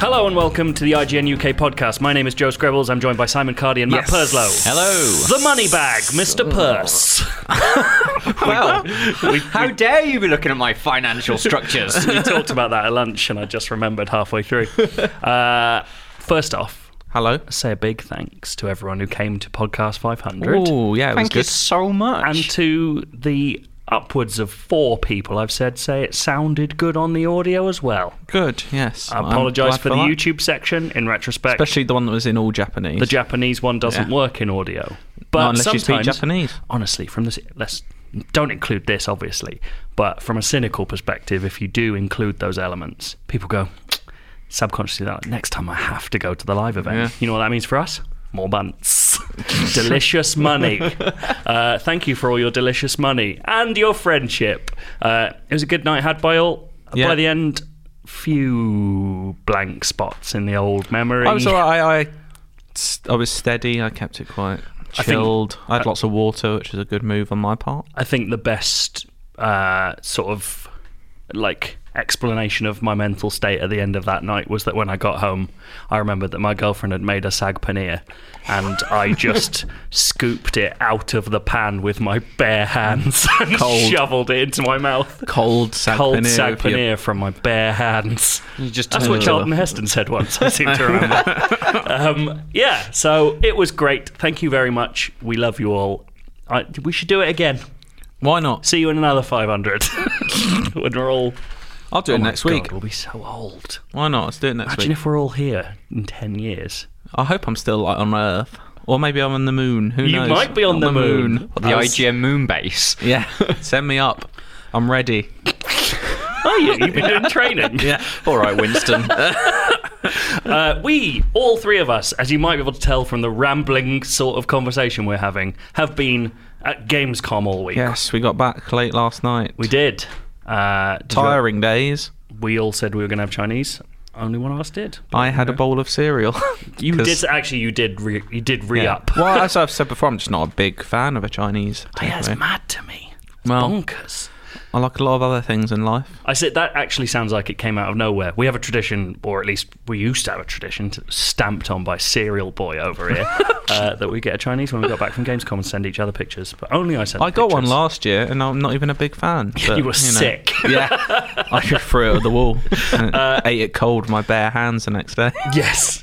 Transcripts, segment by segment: Hello and welcome to the IGN UK podcast. My name is Joe Scribbles. I'm joined by Simon Cardy and Matt Perslow. Hello. The money bag, Mr. Purse. Well, We, how dare you be looking at my financial structures? we talked about that at lunch and I just remembered halfway through. Uh, first off, Hello. say a big thanks to everyone who came to Podcast 500 Oh, yeah, it Thank you was so much. and to the upwards of four people I've said say it sounded good on the audio as well. good. Good, yes. I I'm apologise glad for the that. YouTube section in retrospect. Especially the one that was in all Japanese. the Japanese one doesn't Yeah. work in audio. But unless you speak sometimes- Japanese. Honestly, from this, let's don't include this, obviously. But from a cynical perspective, if you do include those elements, people go subconsciously that like, next time I have to go to the live event. Yeah. You know what that means for us? More bunts, delicious money. Uh, thank you for all your delicious money and your friendship. Uh, it was a good night had by all. Yeah. By the end, few blank spots in the old memory. I was all right. I, I, I was steady. I kept it quite think- chilled. I, had lots of water, which was a good move on my part. I think the best uh, sort of like explanation of my mental state at the end of that night was that when I got home, I remembered that my girlfriend had made a sag paneer, and I just scooped it out of the pan with my bare hands and Cold. shoveled it into my mouth. Cold sag Cold paneer sag with your- paneer from my bare hands. just That's turned what it Charlton Heston said once. I seem to remember. um, yeah, so it was great. Thank you very much. We love you all. I, we should do it again. Why not? See you in another 500 when we're all. I'll do it next oh God, week. we'll be so old. Why not? Let's do it next Imagine week. if we're all here in 10 years. I hope I'm still like, on Earth, or maybe I'm on the moon. Who You knows? might be on the moon. The IGN moon base. Yeah. Send me up. I'm ready. Are you? Oh, You've been doing training. Yeah. All right, Winston. Uh, we, all three of us, as you might be able to tell from the rambling sort of conversation we're having, have been at Gamescom all week. yes, we got back late last night. We did. Uh, did you- Tiring days. We all said we were going to have Chinese. Only one of us did. I had a bowl of cereal. You 'Cause- did actually. You did. Re, you did re yeah. up. well, as I've said before, I'm just not a big fan of a Chinese. That's takeaway. mad to me. Well- Bonkers. I like a lot of other things in life. I said that actually sounds like it came out of nowhere. We have a tradition, or at least we used to have a tradition, t- stamped on by Serial Boy over here, uh, that we get a Chinese when we got back from Gamescom and send each other pictures. But only I sent. I got one pictures. last year, and I'm not even a big fan. but, You were know. sick. Uh, Yeah, I just threw it at the wall. And ate it cold with my bare hands the next day. Yes.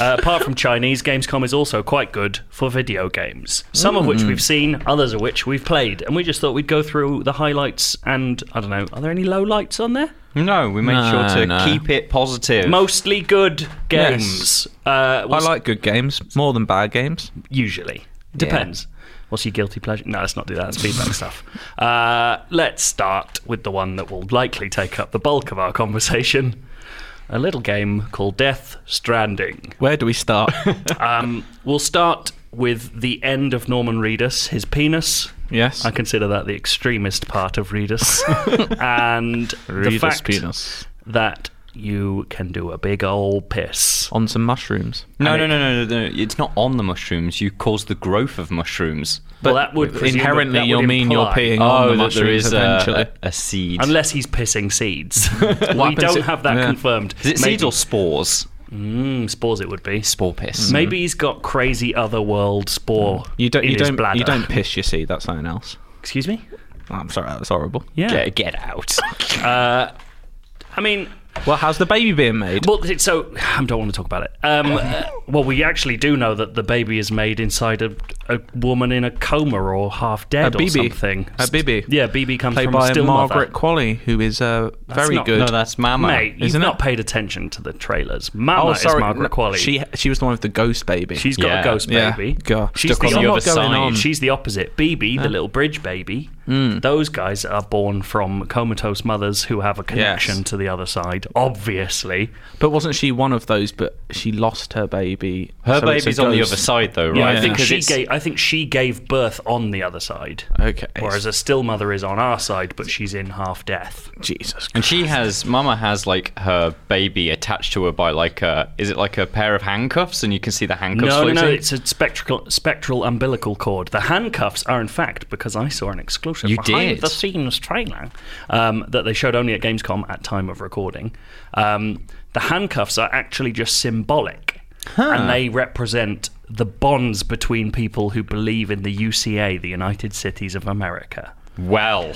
uh, apart from Chinese, Gamescom is also quite good for video games. Some of Hmm. which we've seen, others of which we've played, and we just thought we'd go through the highlights and I don't know. Are there any low lights on there? No, we made No, sure to no. keep it positive. Mostly good games. Uh, I what's- like good games more than bad games. usually depends what's your guilty pleasure no let's not do that that's feedback stuff uh, let's start with the one that will likely take up the bulk of our conversation a little game called death stranding Where do we start? um, we'll start with the end of norman reedus his penis Yes. I consider that the extremist part of Reedus. and the Reedus fact penis. that you can do a big ol' piss. On some mushrooms. No, And no, it- no, no, no, no. It's not on the mushrooms. You cause the growth of mushrooms. But that would presumably- Inherently, that would you'll mean you're imply- Oh, peeing on the that mushrooms there uh, is eventually. uh, a, a seed. Unless he's pissing seeds. we happens don't if- have that yeah. confirmed. is it seeds Maybe- or spores? Mm, spores it would be. Spore piss. Mm. Maybe he's got crazy otherworld spore. Mm-hmm. Mm. you don't. in You his don't. bladder. You don't piss your seed. That's something else. Oh, Excuse me. I'm sorry. That was horrible. Yeah. Get, get out. I mean, Well, how's the baby being made? well, it's so I don't want to talk about it. Um, uh, well, we actually do know that the baby is made inside a, a woman in a coma or half dead A or BB. something. A BB. Yeah, BB comes Played from by still Margaret mother. Qualley, who is uh, very not- good. no, Oh, that's Mama. Mate, you've Isn't not it? paid attention to the trailers. Mama oh, sorry. is Margaret no, Qualley. She she was the one with the ghost baby. She's got Yeah. a ghost Yeah. baby. God. She's Stuck the, on the op- other side. Hmm. She's the opposite. BB, the little bridge baby. Those guys are born from comatose mothers who have a connection Yes. to the other side. Obviously, But wasn't she one of those? But she lost her baby. Her so it's a baby's on the ghost. other side, though, right? yeah, I think Because she it's- gave. I think she gave birth on the other side. Okay. Whereas a still mother is on our side, but she's in half death. Jesus. And she has, Mama has like her baby attached to her by like a, is it like a pair of handcuffs? And you can see the handcuffs. No, no, no. floating? It's a spectral, spectral umbilical cord. The handcuffs are, in fact, because I saw an exclusive You behind did. the scenes trailer um, that they showed only at Gamescom at time of recording. Um, the handcuffs are actually just symbolic, and they represent the bonds between people who believe in the UCA, the United Cities of America. well,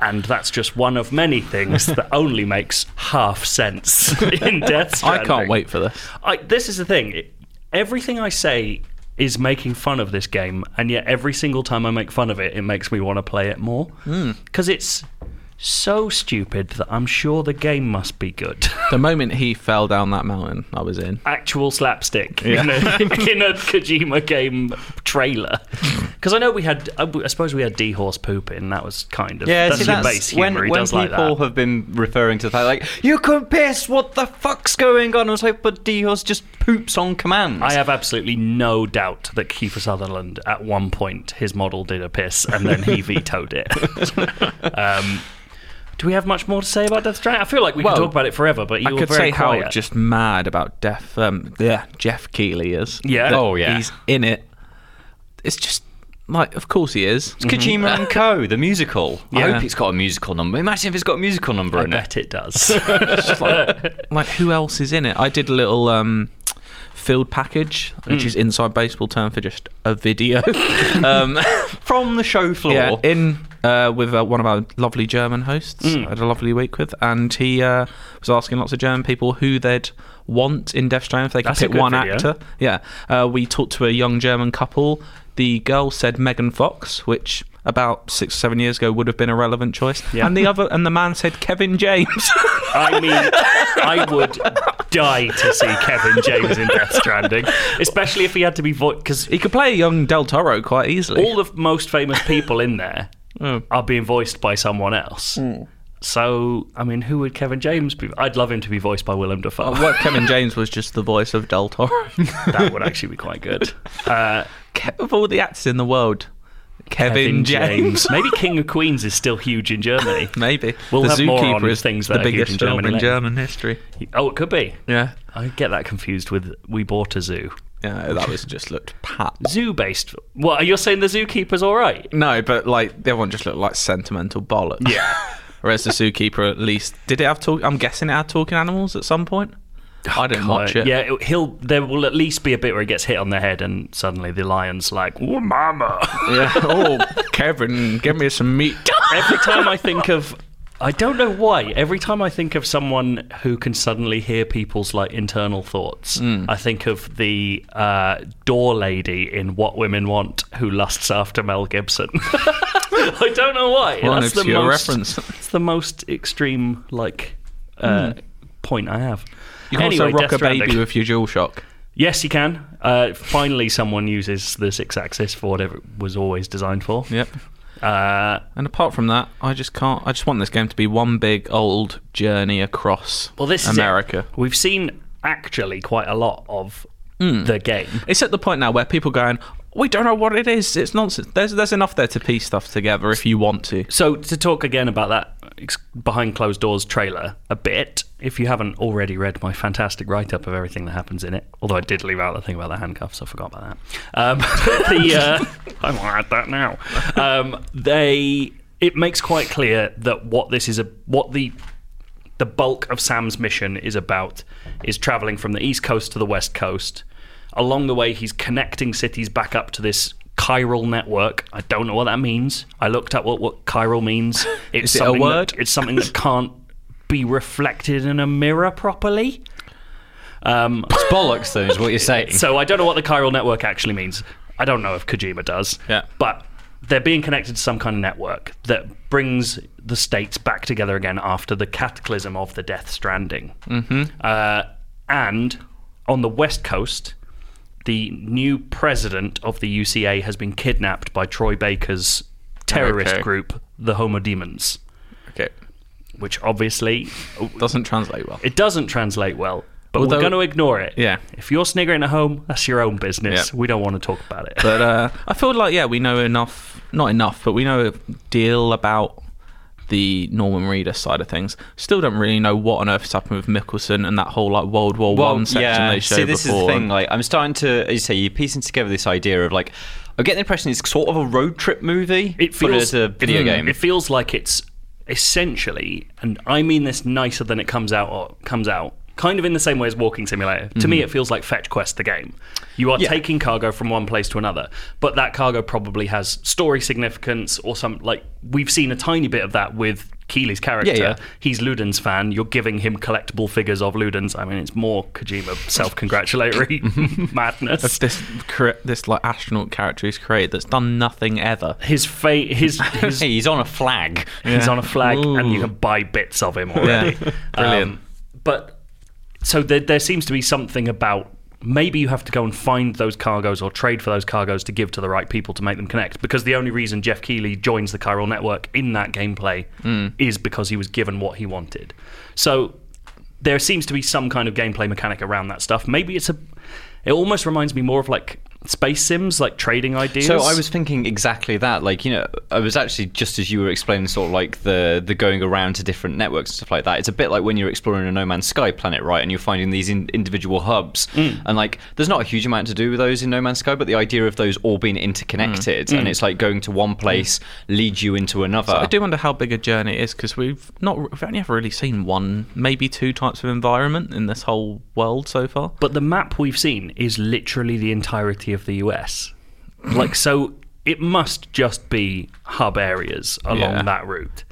And that's just one of many things that only makes half sense in Death I Stranding. can't wait for this. I, this is the thing. It- everything I say is making fun of this game, and yet every single time I make fun of it, it makes me want to play it more. Hmm. Because it's so stupid that I'm sure the game must be good. The moment he fell down that mountain, I was in. Actual slapstick in, a, in a Kojima game trailer. Because I know we had, I I suppose we had D horse poop in. That was kind of Yeah, that's see, your that's base humor. When, he when does people like that. have been referring to the fact, like, you can piss, what the fuck's going on? I was like, but Dios just poops on command. I uh, have absolutely no doubt that Kiefer Sutherland, at one point, his model did a piss and then he vetoed it. um, do we have much more to say about Death Stranding? I feel like we Well, could talk about it forever, but you I were could very say quiet. how just mad about Def, um, yeah, Jeff Keighley is. Yeah. That Oh, yeah. He's in it. It's just like, of course he is. It's mm-hmm. Kojima and Co., the musical. I Yeah. hope it's got a musical number. Imagine if it's got a musical number I in it. bet it does. Like, who else is in it? I did a little um, field package, which Hmm. is inside baseball term for just a video. um, From the show floor. yeah, in uh, with uh, one of our lovely German hosts. Hmm. I had a lovely week with, and he uh, was asking lots of German people who they'd want in Death Stranding if they could That's a pick good one video. actor. Yeah, uh, we talked to a young German couple. The girl said Megan Fox, which about six or seven years ago would have been a relevant choice, Yeah. and the other and the man said Kevin James. I mean, I would die to see Kevin James in Death Stranding, especially if he had to be voiced. Because he could play a young Del Toro quite easily. all the most famous people in there Mm. are being voiced by someone else. So, I mean, who would Kevin James be? I'd love him to be voiced by Willem Dafoe. what Kevin James was just the voice of Del Toro. that would actually be quite good. Uh, Ke- of all the actors in the world, Kevin, James. Maybe King of Queens is still huge in Germany. Maybe We'll the have zookeeper more on is things that are the huge biggest in film Germany in later. German history. Oh, it could be. Yeah, I get that confused with We Bought a Zoo. yeah, that was just looked pat. Zoo based. What? You're saying the zookeeper's all right? No, but like the other one just looked like sentimental bollocks. Yeah. Whereas the zookeeper, at least, did it have talk? I'm guessing it had talking animals at some point. I didn't watch it. Oh, Uh, Yeah, it- he'll. There will at least be a bit where he gets hit on the head, and suddenly the lion's like, "Oh, mama!" Yeah. Oh, Kevin, give me some meat. Every time I think of. I don't know why. Every time I think of someone who can suddenly hear people's like internal thoughts, Mm. I think of the uh, door lady in What Women Want who lusts after Mel Gibson. I don't know why. What an That's the obscure most, reference. It's the most extreme like uh, point I have. Mm. You can anyway, also rock Death a baby Stranding. with your dual shock. Yes, you can. Uh, finally, someone uses the six-axis for whatever it was always designed for. Yep. Uh, And apart from that, I just can't. I just want this game to be one big old journey across Well, this America. Is it. We've seen actually quite a lot of the game. It's at the point now where people are going, we don't know what it is. It's nonsense. There's there's enough there to piece stuff together if you want to. So to talk again about that ex- behind closed doors trailer a bit, if you haven't already read my fantastic write up of everything that happens in it, although I did leave out the thing about the handcuffs, I forgot about that. Um, the uh, I want to add that now. Um, they it makes quite clear that what this is a what the the bulk of Sam's mission is about is traveling from the east coast to the west coast. Along the way, he's connecting cities back up to this chiral network. I don't know what that means. I looked up what, what chiral means. It's Is it a something that- word? it's something that can't be reflected in a mirror properly. Um, It's bollocks, though, is what you're saying. so I don't know what the chiral network actually means. I don't know if Kojima does. Yeah. But they're being connected to some kind of network that brings the states back together again after the cataclysm of the Death Stranding. Mm-hmm. Uh, and on the west coast, the new president of the UCA has been kidnapped by Troy Baker's terrorist Okay. group, the Homo Demons, Okay, which obviously doesn't translate well. it doesn't translate well. But Although- we're going to ignore it. Yeah. If you're sniggering at home, that's your own business. Yeah. We don't want to talk about it. But uh, I feel like yeah, we know enough. Not enough, but we know a deal about the Norman Reader side of things. Still don't really know what on earth has happened with Mickelson and that whole like World War One section they showed See, this before. is the thing. Like, I'm starting to, as you say, you're piecing together this idea of like, I'm getting the impression it's sort of a road trip movie, it but feels Mm. as a video it, game. It feels like it's essentially, and I mean this nicer than it comes out or comes out. Kind of in the same way as Walking Simulator. To me, it feels like Fetch Quest, the game. You are Hmm. Yeah. taking cargo from one place to another, but that cargo probably has story significance or some like we've seen a tiny bit of that with Keely's character. yeah. He's Ludens fan. You're giving him collectible figures of Ludens. I mean, it's more Kojima self-congratulatory madness. this cre- this like astronaut character he's created that's done nothing ever. His fate, his his hey, he's on a flag. He's on a flag, and you Ooh. can buy bits of him already. Brilliant. Um, but so there, there seems to be something about maybe you have to go and find those cargoes or trade for those cargoes to give to the right people to make them connect. Because the only reason Jeff Keighley joins the Chiral Network in that gameplay Hmm. is because he was given what he wanted. So there seems to be some kind of gameplay mechanic around that stuff. Maybe it's a. It almost reminds me more of like space sims, like trading ideas. So I was thinking exactly that. Like, you know, I was actually just as you were explaining, sort of like the the going around to different networks and stuff like that. It's a bit like when you're exploring a No Man's Sky planet, right? And you're finding these in, individual hubs, and like, there's not a huge amount to do with those in No Man's Sky, but the idea of those all being interconnected, and it's like going to one place leads you into another. I do wonder how big a journey it is because we've not we've only ever really seen one, maybe two types of environment in this whole world so far. But the map we've seen is literally the entirety of the US. Like, so it must just be hub areas along Yeah. that route.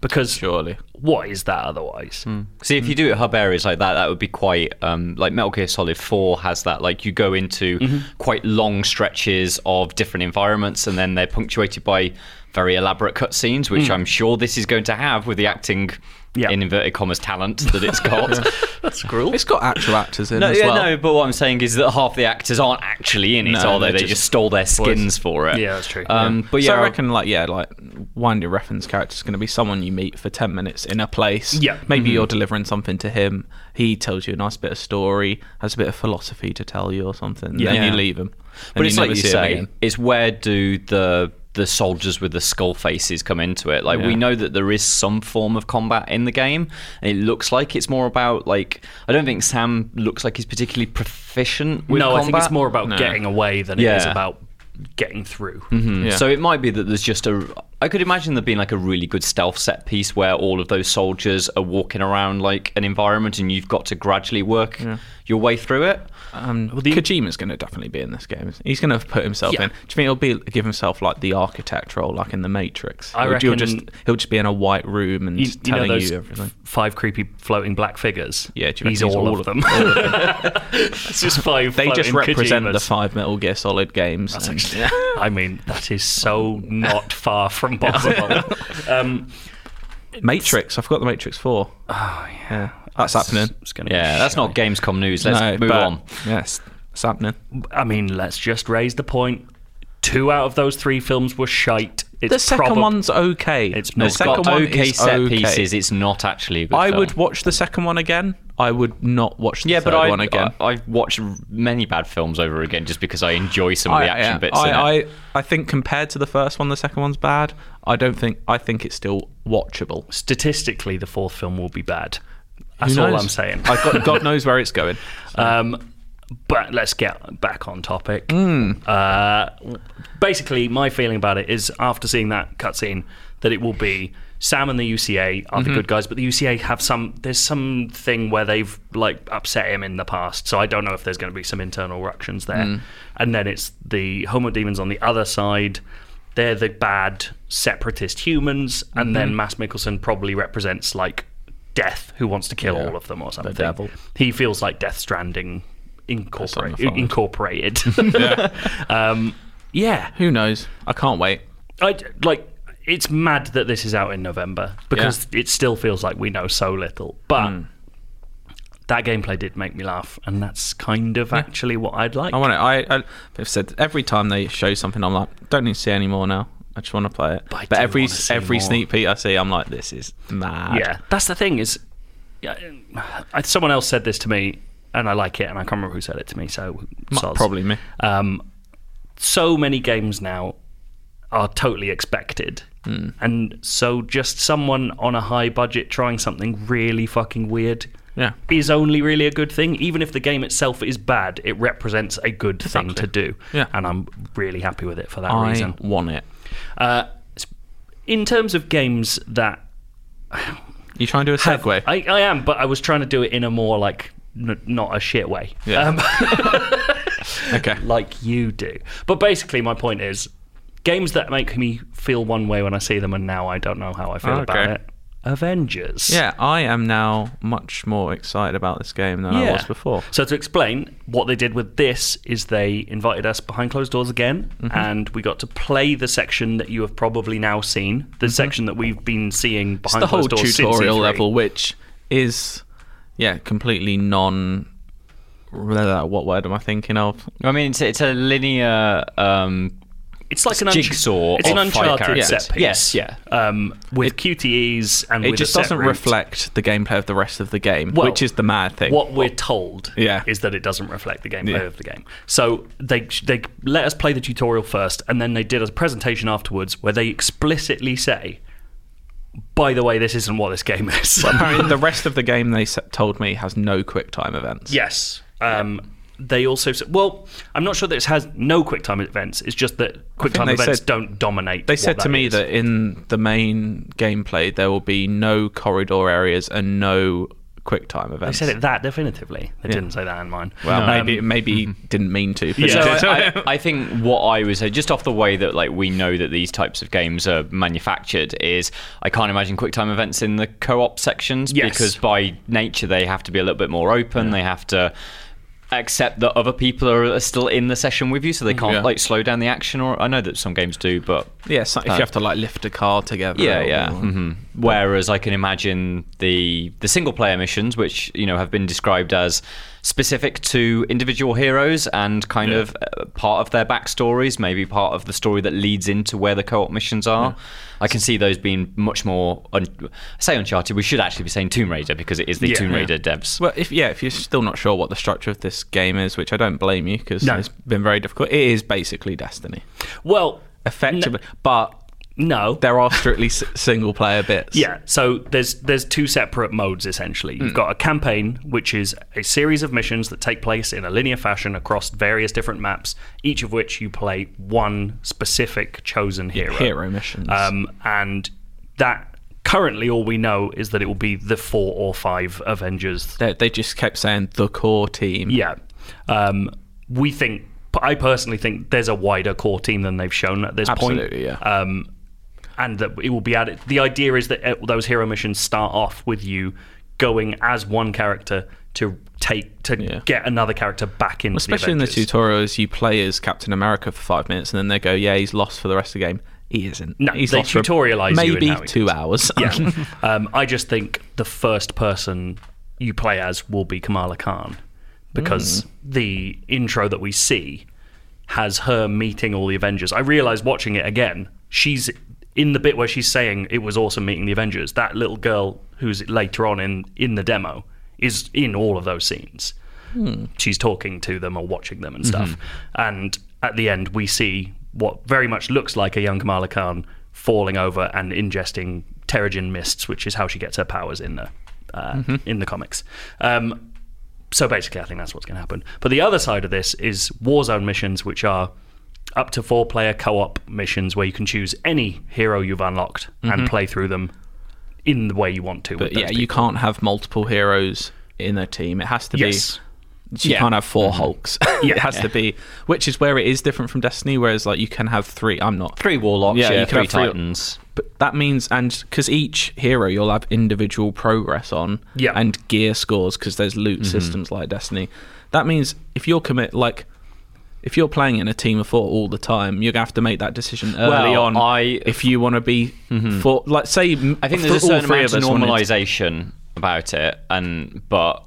Because Surely, Hmm. what is that otherwise? See, if you do it hub areas like that, that would be quite um, like Metal Gear Solid Four has that. Like you go into quite long stretches of different environments, and then they're punctuated by very elaborate cutscenes, which I'm sure this is going to have with the acting. Yeah. In inverted commas, talent that it's got. That's cruel. it's got actual actors in no, as yeah, well. no. But what I'm saying is that half the actors aren't actually in it, No, are they? they're They just just, stole their skins for it. Yeah, that's true. Um, But yeah, so I reckon, like, yeah, like, Winder Refn's character is going to be someone you meet for 10 minutes in a place. Yeah. Maybe Mm-hmm. you're delivering something to him. He tells you a nice bit of story, has a bit of philosophy to tell you or something. Yeah. Yeah. Then Yeah. you leave him. But it's like you say, Again. it's where do the the soldiers with the skull faces come into it? Like we Yeah. know that there is some form of combat in the game, and it looks like it's more about like I don't think Sam looks like he's particularly proficient with no, combat. I think it's more about No. Mm-hmm. getting away than it is Yeah. about getting through. Yeah. mm. So it might be that there's just a. I could imagine there being like a really good stealth set piece where all of those soldiers are walking around like an environment, and you've got to gradually work your way through it. Um, Kojima's going to definitely be in this game. He's going to put himself Yeah. in. Do you think he'll be give himself like the architect role, like in the Matrix? I He'll- he'll reckon- just he'll just be in a white room and You, just you know telling those you everything. f- five creepy floating black figures? Yeah, do you he's, reckon he's all, all of of them. it's just five. They just floating represent the Kojimas. five Metal Gear Solid games. and- I mean, that is so not far from possible. um, Matrix. I forgot the Matrix Four. Oh yeah, that's, happening. it's gonna be Yeah, that's not Gamescom news. Let's No, move but- on. Yes, it's happening. I mean, let's just raise the point. Two out of those three films were shite. It's the second probab- one's okay. It's the not. It's got second one okay is set okay. pieces. It's not actually a good I film. would watch the second one again. I would not watch the Yeah, third but I, one again. I, I watch many bad films over again just because I enjoy some of the I- action yeah, bits. I, in I, it. I think compared to the first one, the second one's bad. I don't think I think it's still watchable. Statistically, the fourth film will be bad. That's Who all knows? I'm saying. I God, God knows where it's going. Um, but let's get back on topic. Uh, basically, my feeling about it is after seeing that cutscene, that it will be Sam and the UCA are the good guys, but the UCA have some. There's some thing where they've like upset him in the past, so I don't know if there's going to be some internal ructions there. And then it's the Homo demons on the other side. They're the bad separatist humans, and then Mass Mickelson probably represents like death, who wants to kill all of them or something. devil. He feels like Death Stranding incorporate, Personified. incorporated. um, yeah, Who knows? I can't wait. I d- like. It's mad that this is out in November because it still feels like we know so little. But Hmm. that gameplay did make me laugh, and that's kind of actually what I'd like. I want it. I, I have said every time they show something, I'm like, don't need to see any more now. I just want to play it. But I But do every wanna see every more. sneak peek I see, I'm like, this is mad. yeah, that's the thing is, yeah, I- someone else said this to me, and I like it, and I can't remember who said it to me. So M- soz. probably me. um, so many games now are totally expected. Hmm. And so just someone on a high budget trying something really fucking weird Yeah. is only really a good thing. Even if the game itself is bad, it represents a good thing to do. Yeah. And I'm really happy with it for that I reason. want it. Uh, s- in terms of games that You try and do a have- segue. I, I am, but I was trying to do it in a more like n- not a shit way. Yeah. Um, okay. like you do. But basically, my point is, games that make me feel one way when I see them, and now I don't know how I feel Oh, about okay. it. Avengers. Yeah, I am now much more excited about this game than I was before. So to explain, what they did with this is they invited us behind closed doors again, Mm-hmm. and we got to play the section that you have probably now seen, the section that we've been seeing Mm-hmm. It's behind the whole closed doors since E tutorial E3. level, which is, yeah, completely non. What word am I thinking of? I mean, it's, it's a linear um, It's like an unch- jigsaw It's an of five uncharted characters. set piece. Yes, yeah. Um, with QTEs and It with a just set doesn't route. reflect the gameplay of the rest of the game, Well, which is the mad thing. What we're told Yeah. is that it doesn't reflect the gameplay Yeah. of the game. So they they let us play the tutorial first, and then they did a presentation afterwards where they explicitly say, "By the way, this isn't what this game is." Apparently, the rest of the game they s- told me has no quick time events. yes. Um, they also s- well, I'm not sure that it has no QuickTime events. It's just that QuickTime they events said- don't dominate. They what said to me is. that in the main gameplay there will be no corridor areas and no quick time they events. said it that definitively. They didn't say that in mine. Well, Um, maybe maybe he didn't mean to. But Yeah. yeah. So So I, I, I think what I would say, just off the way that like we know that these types of games are manufactured, is I can't imagine QuickTime events in the co-op sections Yes. because by nature they have to be a little bit more open. They have to accept that other people are still in the session with you, so they can't Mm-hmm. Yeah. like slow down the action. Or I know that some games do, but yeah, so if Uh, you have to like lift a car together. yeah, or- Mm-hmm. yeah. mhm. Whereas I can imagine the the single player missions, which you know have been described as specific to individual heroes and kind of uh, part of their backstories, maybe part of the story that leads into where the co op missions are. I can see those being much more. Un- I say Uncharted. We should actually be saying Tomb Raider because it is the Yeah. Tomb Yeah. Raider devs. Well, if yeah, if you're still not sure what the structure of this game is, which I don't blame you because No. it's been very difficult. It is basically Destiny, well, effectively, but no, there are strictly s- single player bits. Yeah, so there's there's two separate modes essentially. You've got a campaign, which is a series of missions that take place in a linear fashion across various different maps, each of which you play one specific chosen hero. hero missions. Um, and that currently all we know is that it will be the four or five Avengers They, they just kept saying the core team. yeah. Um, we think, I personally think there's a wider core team than they've shown at this Absolutely, yeah. point. Um, and that it will be added. The idea is that uh, those hero missions start off with you going as one character to take to Yeah. get another character back into Especially in the the Avengers. tutorials, you play as Captain America for five minutes, and then they go, "Yeah, he's lost for the rest of the game." He isn't. No, he's they lost for tutorialise you in maybe how he two hours. Yeah. um, I just think the first person you play as will be Kamala Khan because the intro that we see has her meeting all the Avengers. I realized watching it again, she's in the bit where she's saying it was awesome meeting the Avengers. That little girl who's later on in in the demo is in all of those scenes. She's talking to them or watching them and Mm-hmm. stuff. And at the end, we see what very much looks like a young Kamala Khan falling over and ingesting pterogen mists, which is how she gets her powers in the uh, Mm-hmm. in the comics. Um, so basically, I think that's what's going to happen. But the other side of this is Warzone missions, which are up to four player co op missions where you can choose any hero you've unlocked and play through them in the way you want to. Mm-hmm. But yeah, you can't have multiple heroes in a team. It has to Yes. be. You Yeah. Mm-hmm. can't have four Hulks. Yeah. it has to be, which is where it is different from Destiny. Whereas, like, you can have three. I'm not Three warlocks, Yeah, yeah, you can three have three- titans. But that means, and because each hero you'll have individual progress on, Yeah. and gear scores because there's loot Mm-hmm. systems like Destiny. That means if you're commit like. If you're playing in a team of four all the time, you're gonna have to make that decision early Well, on. I- Mm-hmm. if you want to be for, like, say, I think there's a certain amount of normalization about it, and but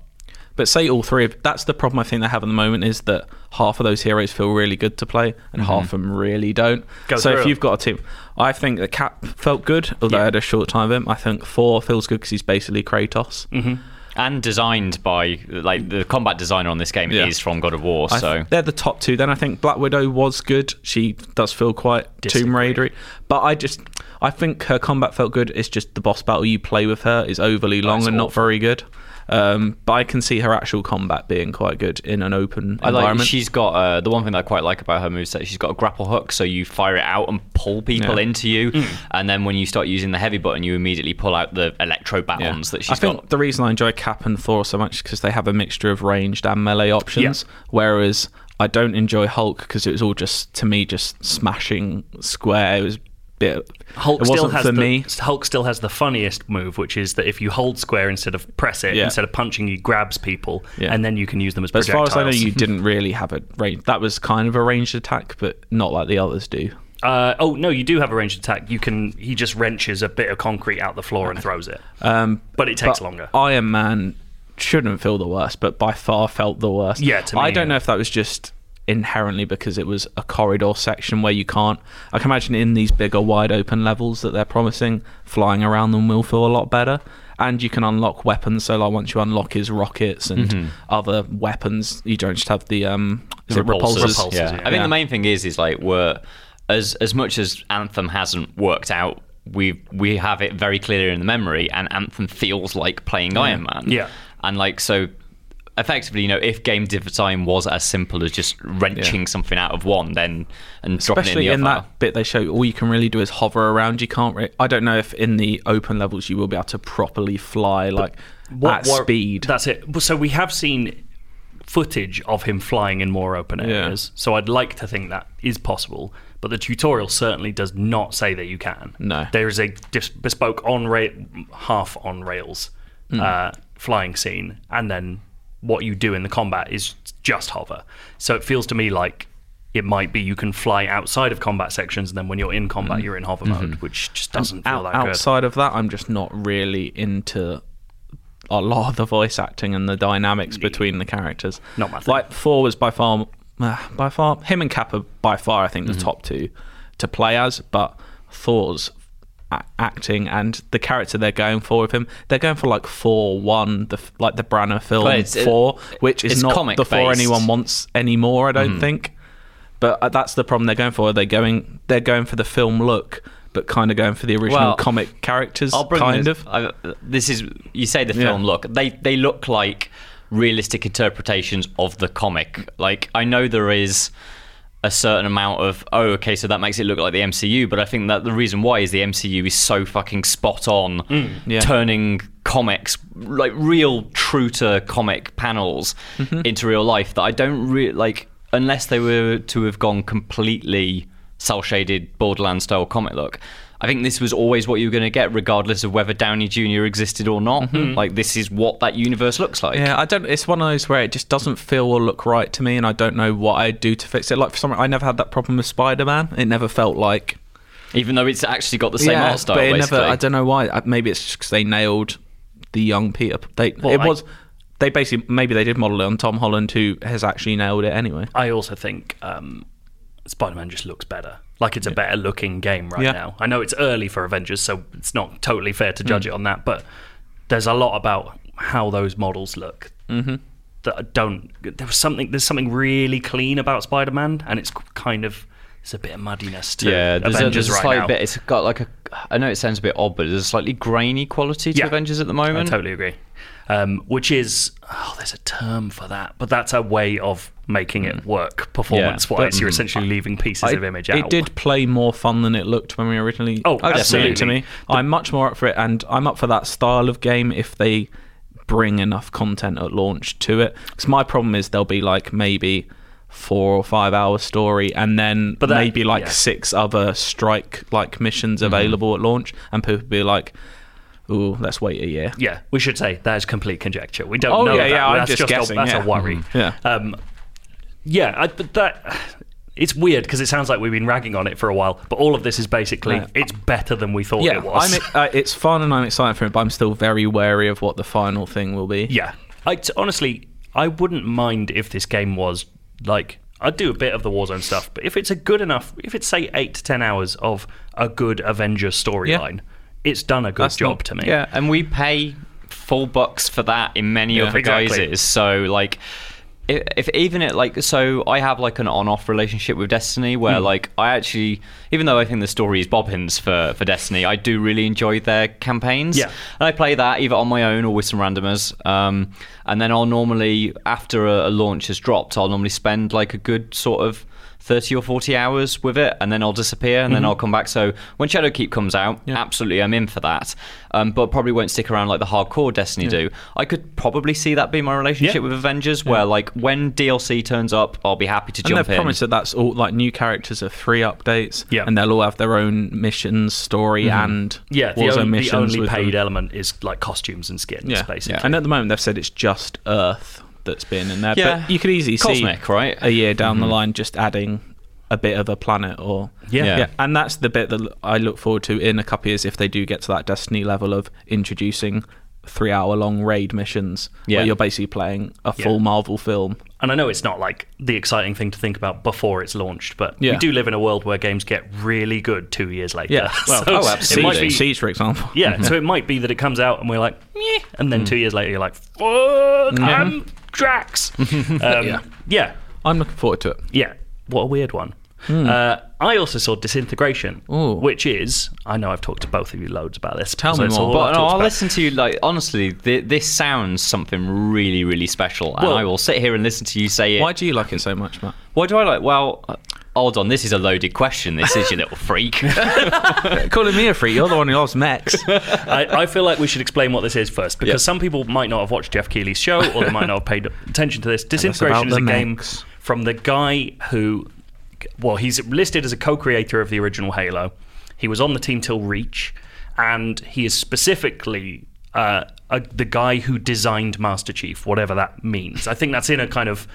But say all three of that's the problem I think they have at the moment is that half of those heroes feel really good to play and Mm-hmm. half of them really don't. Go so if through. you've got a team, I think that Cap felt good, although I had a short time of him. I think four feels good because he's basically Kratos. Mm-hmm. and designed by like the combat designer on this game Yeah. is from God of War, I th- so they're the top two. Then I think Black Widow was good. She does feel quite Tomb Raidery, but I just I think her combat felt good. It's just the boss battle you play with her is overly long and not very good. Um, but I can see her actual combat being quite good in an open I like environment. she's got uh, the one thing that I quite like about her moveset. She's got a grapple hook, so you fire it out and pull people Yeah. into you, and then when you start using the heavy button, you immediately pull out the electro batons that I she's think got. the reason I enjoy Cap and Thor so much is because they have a mixture of ranged and melee options. Whereas I don't enjoy Hulk because it was all just to me just smashing square. It was a bit. Hulk it wasn't still has for the, me. Hulk still has the funniest move, which is that if you hold square instead of press it, Yeah. instead of punching, he grabs people, Yeah. and then you can use them as But as far projectiles. as I know, you didn't really have a range. That was kind of a ranged attack, but not like the others do. Uh, oh no, you do have a ranged attack. You can. He just wrenches a bit of concrete out the floor and throws it. Um, but it takes But longer. Iron Man shouldn't feel the worst, but by far felt the worst. Yeah, to I me, don't yeah. know if that was just inherently because it was a corridor section where you can't. I can imagine in these bigger, wide open levels that they're promising, flying around them will feel a lot better. And you can unlock weapons. So, like, once you unlock his rockets and Mm-hmm. other weapons, you don't just have the um, is it repulsors. Repulsors, Yeah. yeah. I think the main thing is is like we're as as much as Anthem hasn't worked out, we we have it very clear in the memory, and Anthem feels like playing Iron Man. Yeah. and like so. Effectively, you know, if game design was as simple as just wrenching something out of one, then and especially dropping it in in the other, that bit they show all you can really do is hover around you can't re- i don't know if in the open levels you will be able to properly fly like at wor- speed That's it. So we have seen footage of him flying in more open areas. So I'd like to think that is possible, but the tutorial certainly does not say that you can. No. there is a dis- bespoke on rail, half on rails Mm. uh, flying scene, and then what you do in the combat is just hover. So it feels to me like. It might be you can fly outside of combat sections, and then when you're in combat, you're in hover mode, which just doesn't feel Mm. Mm-hmm. Um, Out- that good. outside of that i'm just not really into a lot of the voice acting and the dynamics between the characters Not my thing. like four was by far uh, by far him and Kappa by far i Mm-hmm. think the top two to play as but thor's a- acting and the character they're going for with him they're going for like four one the f- like the branner film But it's- it- four which is it's not comic the four based. anyone wants anymore i don't Mm-hmm. think but uh, that's the problem they're going for they're going they're going for the film look but kind of going for the original Well, comic characters I'll bring kind this, of I, this is you say the Yeah. film look. They they look like realistic interpretations of the comic. Like I know there is a certain amount of oh okay so that makes it look like the MCU, but I think that the reason why is the MCU is so fucking spot on Mm. Yeah. turning comics like real true to comic panels Mm-hmm. into real life that I don't really like unless they were to have gone completely cell shaded Borderlands style comic look. I think this was always what you were going to get, regardless of whether Downey Jr. existed or not. Like this is what that universe looks like. Mm-hmm. yeah i don't it's one of those where it just doesn't feel or look right to me and i don't know what i do to fix it like for some i never had that problem with spider-man it never felt like Even though it's actually got the same art style. but it basically. never i don't know why I- maybe it's because they nailed the young peter they it I- was they basically maybe they did model it on tom holland who has actually nailed it anyway I also think um, Spider Man just looks better. Like it's a better looking game right Yeah. Hmm. now. I know it's early for Avengers, so it's not totally fair to judge it on that, but there's a lot about how those models look Mm-hmm. that don't. There was something. There's something really clean about Spider-Man, and it's kind of there's a bit of muddiness to yeah, there's a, Avengers there's a right slight now. bit. It's got like a. I know it sounds a bit odd, but there's a slightly grainy quality to Yeah. Avengers at the I moment. totally agree. Um, which is oh, there's a term for that, but that's a way of making it work performance-wise. Hmm. but, You're mm, essentially leaving pieces I- of image it out. did play more fun than it looked when we originally. Oh, looked at it absolutely. To me, I'm much more up for it, and I'm up for that style of game if they bring enough content at launch to it. Because my problem is there'll be like maybe four or five hour story, and then that- maybe like yeah. Mm-hmm. six other strike like missions available at launch, and people will be like, "Ooh, let's wait a year." yeah, we should say that is complete conjecture. We don't Oh, know. yeah, that. yeah, I'm that's just guessing, A, that's yeah. Mm-hmm. a worry. Yeah. Um, yeah, I, but that it's weird because it sounds like we've been ragging on it for a while. But all of this is basically Yeah. it's better than we thought Yeah, it was. I'm, uh, it's fun and I'm excited for it, but I'm still very wary of what the final thing will be. yeah, I t- honestly I wouldn't mind if this game was like I'd do a bit of the Warzone stuff, but if it's a good enough, if it's say eight to ten hours of a good Avengers storyline, it's done a good That's job not- to me. Yeah, and we pay full bucks for that in many other exactly. guises. So like. i- If even it like so, I have like an on-off relationship with Destiny Hmm. where like I actually, even though I think the story is bobbins for for Destiny, I do really enjoy their campaigns. Yeah. and I play that either on my own or with some randomers. Um, and then I'll normally after a, a launch has dropped, I'll normally spend like a good sort of thirty or forty hours with it, and then I'll disappear, and Mm-hmm. then I'll come back. So when Shadowkeep comes out, absolutely, I'm in for that. Um, but probably won't stick around like the hardcore Destiny do. I could probably see that be my relationship Yeah. with Avengers, where like when DLC turns up, I'll be happy to And jump they've in. promised that that's all like new characters are free updates, Yeah. and they'll all have their own missions, story, Mm-hmm. and Yeah, the, Warzone only, the missions only with them. paid element is like costumes and skins, yeah. basically. And at the moment, they've said it's just Earth that's been in there, Yeah. but you could easily Cosmic, see right? Mm-hmm. a year down the line just adding a bit of a planet or Yeah. Yeah. and that's the bit that l- I look forward to in a couple of years if they do get to that Destiny level of introducing three hour long raid missions Yeah. where you're basically playing a full Yeah. Marvel film. And I know it's not like the exciting thing to think about before it's launched, but Yeah. we do live in a world where games get really good two years later. Yeah, So oh, Siege, It might absolutely. be, Siege, for example. yeah, so it might be that it comes out and we're like, Meh, and then two years later you're like, fuck, I'm Drax. um, yeah. yeah, I'm looking forward to it. What a weird one. Uh, I also saw Disintegration, Ooh. which is, I know I've talked to both of you loads about this. Tell so me it's more. all But I've no, talked I'll about. listen to you. Like honestly, th- this sounds something really, really special, and Well- I will sit here and listen to you say it. Why do you like it so much, Matt? Why do I like? Well, uh, hold on. This is a loaded question. This is you little freak. Calling me a freak, you're the one who loves Max. I, I feel like we should explain what this is first because Yeah. some people might not have watched Jeff Keighley's show or they might not have paid attention to this. Disintegration about is a the game mechs. from the guy who, well, he's listed as a co creator of the original Halo. He was on the team till Reach, and he is specifically. Uh, a, the guy who designed Master Chief, whatever that means. I think that's in a kind of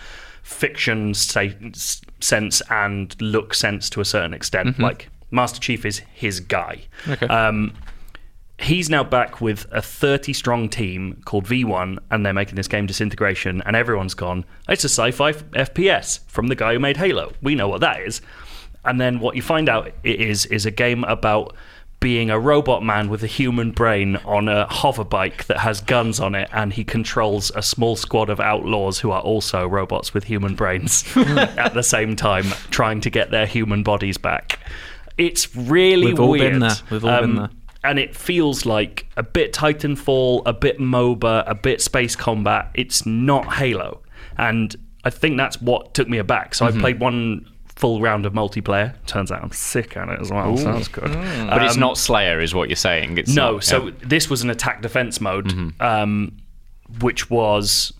fiction say, s- sense and look sense to a certain extent. Like, Master Chief is his guy. Mm-hmm. Okay. Um, he's now back with a 30 strong team called V1, and they're making this game Disintegration, and everyone's gone, it's a sci fi FPS from the guy who made Halo. We know what that is. And then what you find out it is is a game about being a robot man with a human brain on a hover bike that has guns on it and he controls a small squad of outlaws who are also robots with human brains at the same time trying to get their human bodies back. It's really We've all been weird. Um, there. We've all been there. And it feels like a bit Titanfall, a bit MOBA, a bit space combat. It's not Halo. And I think that's what took me aback. So Mm-hmm. I played one full round of multiplayer. Turns out I'm sick at it as well. so that's good. Uh, but it's not Slayer, is what you're saying. It's no, not- so yeah. Mm-hmm. this was an attack defense mode, um, which was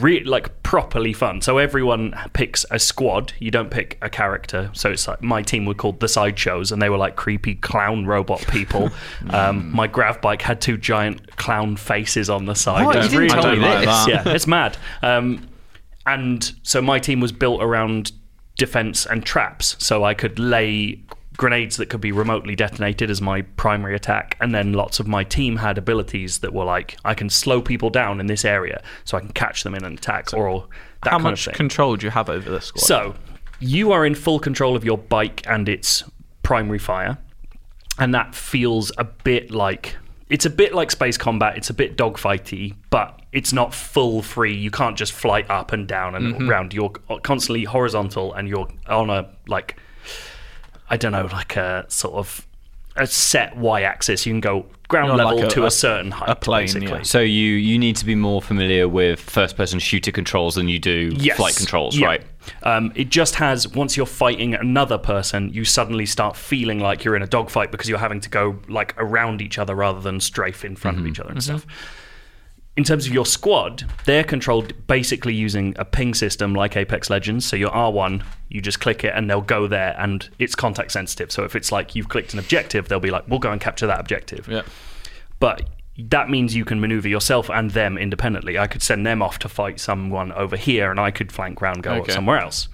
re- like properly fun. So everyone picks a squad. You don't pick a character. So it's like my team were called the sideshows, and they were like creepy clown robot people. um, my grav bike had two giant clown faces on the side. What? It You was didn't tell me like this. that. yeah, it's mad. Um, and so my team was built around defense and traps, so I could lay grenades that could be remotely detonated as my primary attack and then lots of my team had abilities that were like I can slow people down in this area so I can catch them in an attack or that How kind much of thing. control do you have over the squad? So, you are in full control of your bike and its primary fire, and that feels a bit like it's a bit like space combat. It's a bit dogfighty, but it's not full free. You can't just fly up and down and Mm-hmm. around. You're constantly horizontal, and you're on a like I don't know, like a sort of a set y-axis. You can go ground Not level like a- to a, a- certain height, a plane, basically. yeah. So you you need to be more familiar with first person shooter controls than you do Yes. flight controls, Yeah. right? Um, it just has once you're fighting another person, you suddenly start feeling like you're in a dogfight because you're having to go like around each other rather than strafe in front of Mm-hmm. each other and stuff. In terms of your squad, they're controlled basically using a ping system like Apex Legends. So your R1, you just click it and they'll go there, and it's contact sensitive. So if it's like you've clicked an objective, they'll be like, "We'll go and capture that objective." Yeah. but that means you can maneuver yourself and them independently. I could send them off to fight someone over here, and I could flank round go Okay. somewhere else.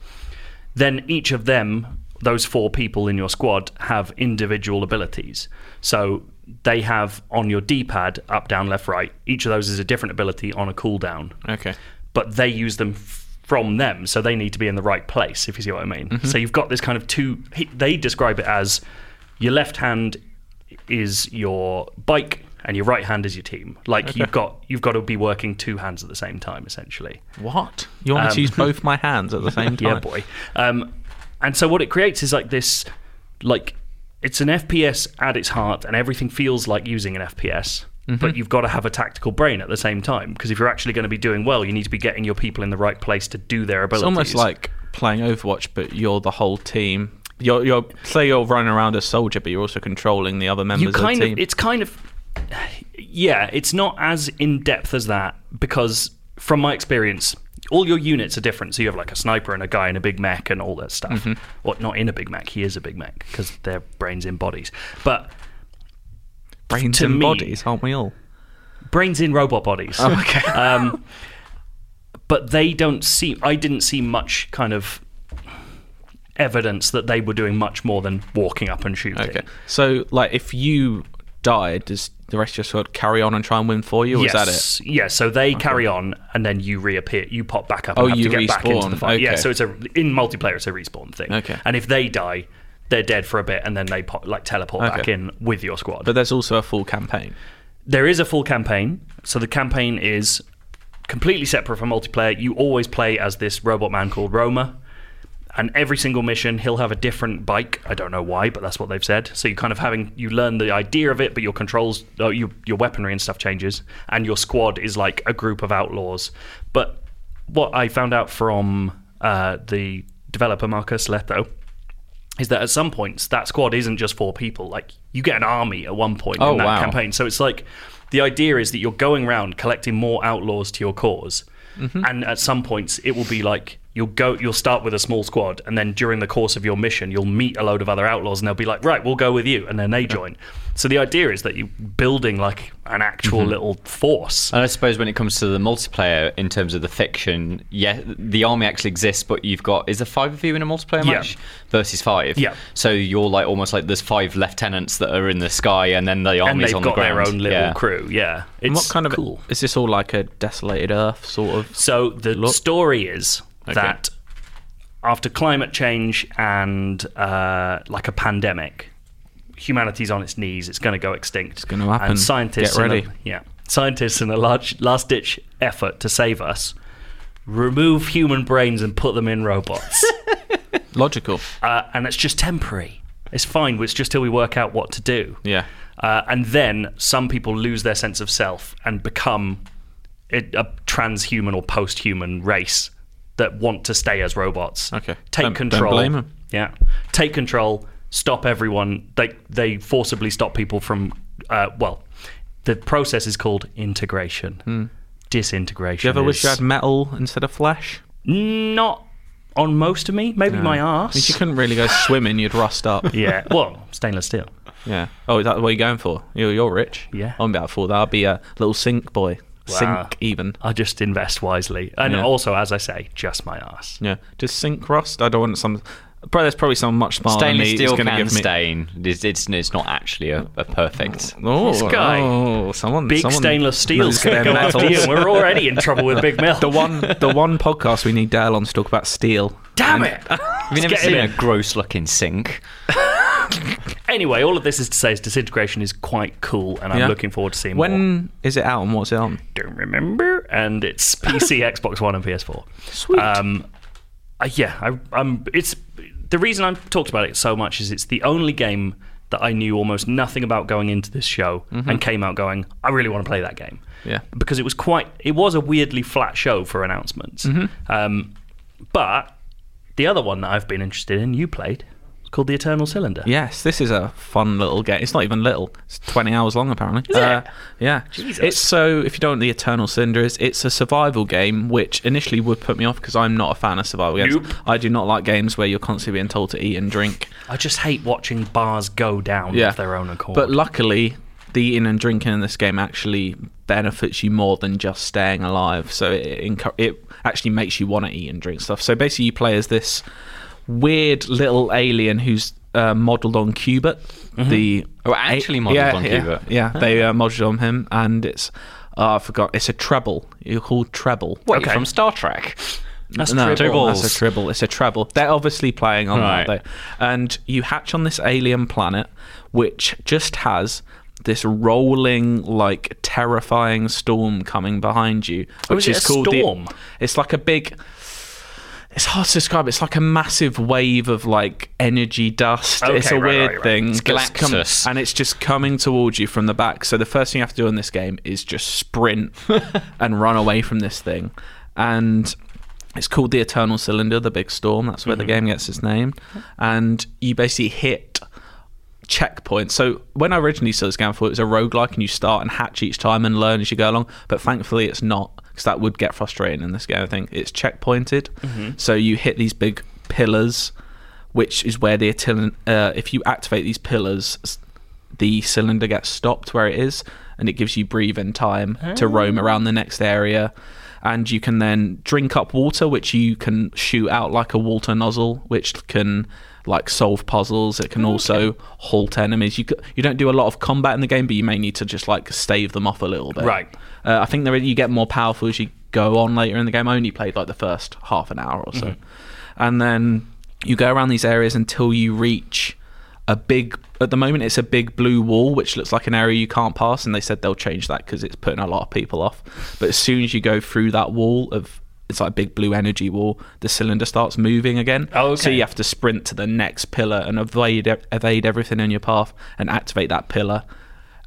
Then each of them, those four people in your squad, have individual abilities. So they have on your D-pad up, down, left, right. Each of those is a different ability on a cooldown Okay. but they use them f- from them, so they need to be in the right place. If you see what I mean. So you've got this kind of two. he- They describe it as your left hand is your bike and your right hand is your team. Like you've got you've got to be working two hands at the same time, essentially. What? You want me to use both my hands at the same time? Um, Yeah, boy. Um, and so what it creates is like this, like it's an FPS at its heart, and everything feels like using an FPS. Mm-hmm. But you've got to have a tactical brain at the same time because if you're actually going to be doing well, you need to be getting your people in the right place to do their abilities. It's almost like playing Overwatch, but you're the whole team. You're, you're say you're running around as soldier, but you're also controlling the other members you kind of the of team. it's kind of yeah it's not as in depth as that because from my experience all your units are different so you have like a sniper and a guy in a big mech and all that stuff Mm-hmm. or not in a big mech he is a big mech because their brains in bodies but Brains to and me- bodies, aren't we all? brains in robot bodies Oh, okay um, but they don't see i didn't see much kind of evidence that they were doing much more than walking up and shooting Okay. So, like, if you died, does the rest of your squad carry on and try and win for you, or is that it? yes. Yeah, so they carry on and then you reappear, you pop back up and Oh, have you to get back into the respawn. fight. Yeah, Okay. so it's a in multiplayer it's a respawn thing. Okay. And if they die, they're dead for a bit and then they pop, like teleport back Okay. in with your squad. But there's also a full campaign. there is a full campaign. So the campaign is completely separate from multiplayer. You always play as this robot man called Roma. And every single mission, he'll have a different bike. I don't know why, but that's what they've said. So you kind of having you learn the idea of it, but your controls, uh, your your weaponry and stuff changes, and your squad is like a group of outlaws. But what I found out from uh, the developer Marcus Leto is that at some points that squad isn't just four people. Like you get an army at one point Oh, in that wow. campaign. So it's like the idea is that you're going around collecting more outlaws to your because Mm-hmm. and at some points it will be like you'll go you'll start with a small squad and then during the course of your mission you'll meet a load of other outlaws and they'll be like right we'll go with you and then they join. So the idea is that you're building like an actual Mm-hmm. little force. And I suppose when it comes to the multiplayer, in terms of the fiction, yeah, the army actually exists, but you've got is there five of you in a multiplayer Yeah. match versus five. Yeah. So you're like almost like there's five lieutenants that are in the sky, and then the and army's they've on got the ground. their own little yeah. crew. Yeah. It's And what kind of cool. is this all like a desolated Earth sort of? So the Look. story is that after climate change and uh, like a pandemic, humanity's on its knees. It's going to go extinct. It's gonna happen. And scientists, Get in a- ready. yeah, scientists in a large last-ditch effort to save us, remove human brains and put them in robots. Logical. uh, and it's just temporary. It's fine. It's just till we work out what to do. Yeah. Uh, and then some people lose their sense of self and become a, a transhuman or post-human race that want to stay as robots. Okay. Take Don't- don't control. blame 'em. Yeah. Take control. Stop everyone. They they forcibly stop people from. Uh, well, the process is called integration. Disintegration. Hmm. Do you ever is wish you had metal instead of flesh? not on most of me. Maybe my I mean, arse. you couldn't really go swimming; you'd rust up. yeah. Well, stainless steel. Yeah. Oh, is that what you're going for? You're, you're rich. Yeah. I'm about for that. I'll be a little sink boy. Wow. Sink even. I just invest wisely, and Yeah. also, as I say, just my ass. Yeah. Does sink rust? I don't want some. Probably there's probably someone much smarter than me. Stainless who's steel gonna can give me. stain. It's, it's, it's not actually a, a perfect. Oh, This guy. Oh, someone. Big someone stainless steel's knows going their to go after you, metals. and we're already in trouble with big metal. the one, the one podcast we need Dale on to talk about steel. Damn it! Have you never get him seen a in. gross looking sink? Anyway, all of this is to say is disintegration is quite cool, and I'm Yeah. looking forward to seeing more. When is it out and what's it on? Don't remember, and it's PC, Xbox One, and PS4. Sweet. Um, I, yeah, I, I'm. It's the reason I've talked about it so much is it's the only game that I knew almost nothing about going into this show, and came out going, I really want to play that game. Mm-hmm. Yeah. because it was quite. It was a weirdly flat show for announcements. Mm-hmm. Um, but the other one that I've been interested in, you played. It's called the Eternal Cylinder. Yes, this is a fun little game. It's not even little. It's 20 hours long, apparently. Uh, yeah. Jesus. It's so, if you don't know what the Eternal Cinder is, it's a survival game, which initially would put me off because I'm not a fan of survival games. Nope. I do not like games where you're constantly being told to eat and drink. I just hate watching bars go down Yeah. of their own accord. But luckily, the eating and drinking in this game actually benefits you more than just staying alive. So it, encour- it actually makes you want to eat and drink stuff. So basically, you play as this weird little alien who's uh, modelled on Cubit. Mm-hmm. The Oh, actually modelled yeah, on yeah, Cubit. Yeah, they uh, modelled on him, and it's uh, I forgot. It's a treble. You're called treble. Wait, Okay. from Star Trek. that's No, triple. Tribbles. That's a tribble. It's a treble. They're obviously playing on Right. that though. And you hatch on this alien planet, which just has this rolling, like terrifying storm coming behind you, Oh, which is it is a called the- storm? it's like a big. It's hard to describe. It's like a massive wave of like energy dust. Okay, it's a right, right, weird right. thing. It's that's come- Galactus. and it's just coming towards you from the back. So the first thing you have to do in this game is just sprint and run away from this thing. And it's called the Eternal Cylinder, the Big Storm. That's where the game gets its name. And you basically hit checkpoints. So when I originally saw this game, I thought it was a roguelike and you start and hatch each time and learn as you go along. But thankfully, it's not because that would get frustrating in this game. I think it's checkpointed. So you hit these big pillars, which is where the Attil- uh, if you activate these pillars, s- the cylinder gets stopped where it is, and it gives you breathing time to roam around the next area. And you can then drink up water, which you can shoot out like a water nozzle, which can like solve puzzles. It can also halt enemies. You c- you don't do a lot of combat in the game, but you may need to just like stave them off a little bit. Right. Uh, I think there you get more powerful as you go on later in the game. I only played like the first half an hour or so, Mm-hmm. and then you go around these areas until you reach a big. At the moment, it's a big blue wall, which looks like an area you can't pass, and they said they'll change that because it's putting a lot of people off. But as soon as you go through that wall of it's like a big blue energy wall. The cylinder starts moving again. Oh, So okay. you have to sprint to the next pillar and evade e-, evade everything in your path and activate that pillar.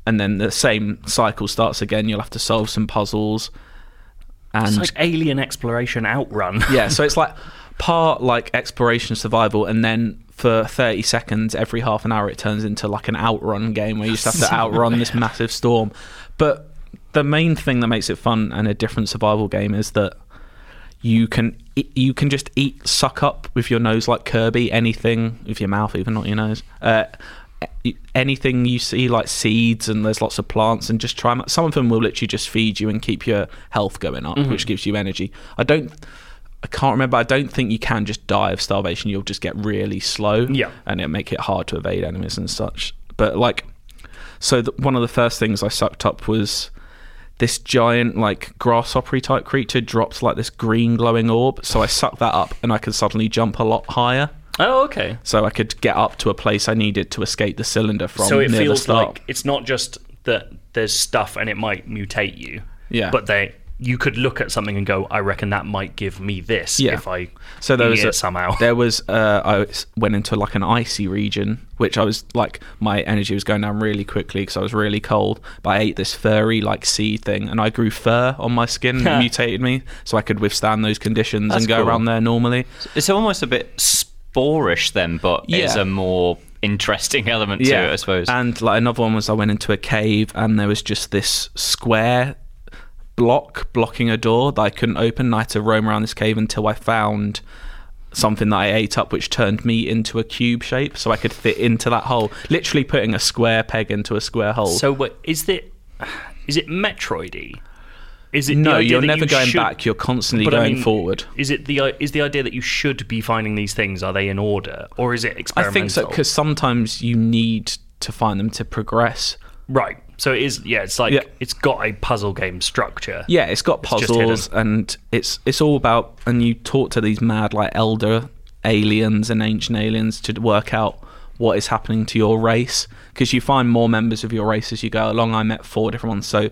And then the same cycle starts again. You'll have to solve some puzzles. And It's like alien exploration outrun. yeah, so it's like part like exploration survival and then for 30 seconds every half an hour it turns into like an outrun game where you just have to outrun this massive storm. But the main thing that makes it fun and a different survival game is that you can e- you can just eat suck up with your nose like Kirby anything with your mouth even not your nose uh, e- anything you see like seeds and there's lots of plants and just try 'em out. some of them will literally just feed you and keep your health going up which gives you energy I don't I can't remember I don't think you can just die of starvation you'll just get really slow Yeah. and it'll make it hard to evade enemies and such but like so the, one of the first things I sucked up was this giant like grasshopper type creature drops like this green glowing orb. So I sucked that up and I could suddenly jump a lot higher. Oh, okay. So I could get up to a place I needed to escape the cylinder from. So it near the feels start. like it's not just that there's stuff and it might mutate you. Yeah. But they you could look at something and go, I reckon that might give me this Yeah. if I so there was eat a, it somehow. There was uh, I s- went into like an icy region, which I was like my energy was going down really quickly because I was really cold. But I ate this furry like seed thing, and I grew fur on my skin, and it mutated me so I could withstand those conditions That's and go cool. around there normally. It's almost a bit sporish then, but it's Yeah. a more interesting element to it, I suppose. And like another one was I went into a cave and there was just this square block blocking a door that I couldn't open. And I had to roam around this cave until I found something that I ate up, which turned me into a cube shape, so I could fit into that hole. Literally putting a square peg into a square hole. So what is it is it Metroidy? Is it the no, idea you're that never you going should- back. You're constantly but I going mean, forward. Is it the i- is the idea that you should be finding these things? Are they in order, or is it I experimental? think so because sometimes you need to find them to progress. right. So it is. Yeah, it's like Yeah. it's got a puzzle game structure. Yeah, it's got just hidden. puzzles and it's it's all about and you talk to these mad like elder aliens and ancient aliens to work out what is happening to your race because you find more members of your race as you go along. I met four different ones. So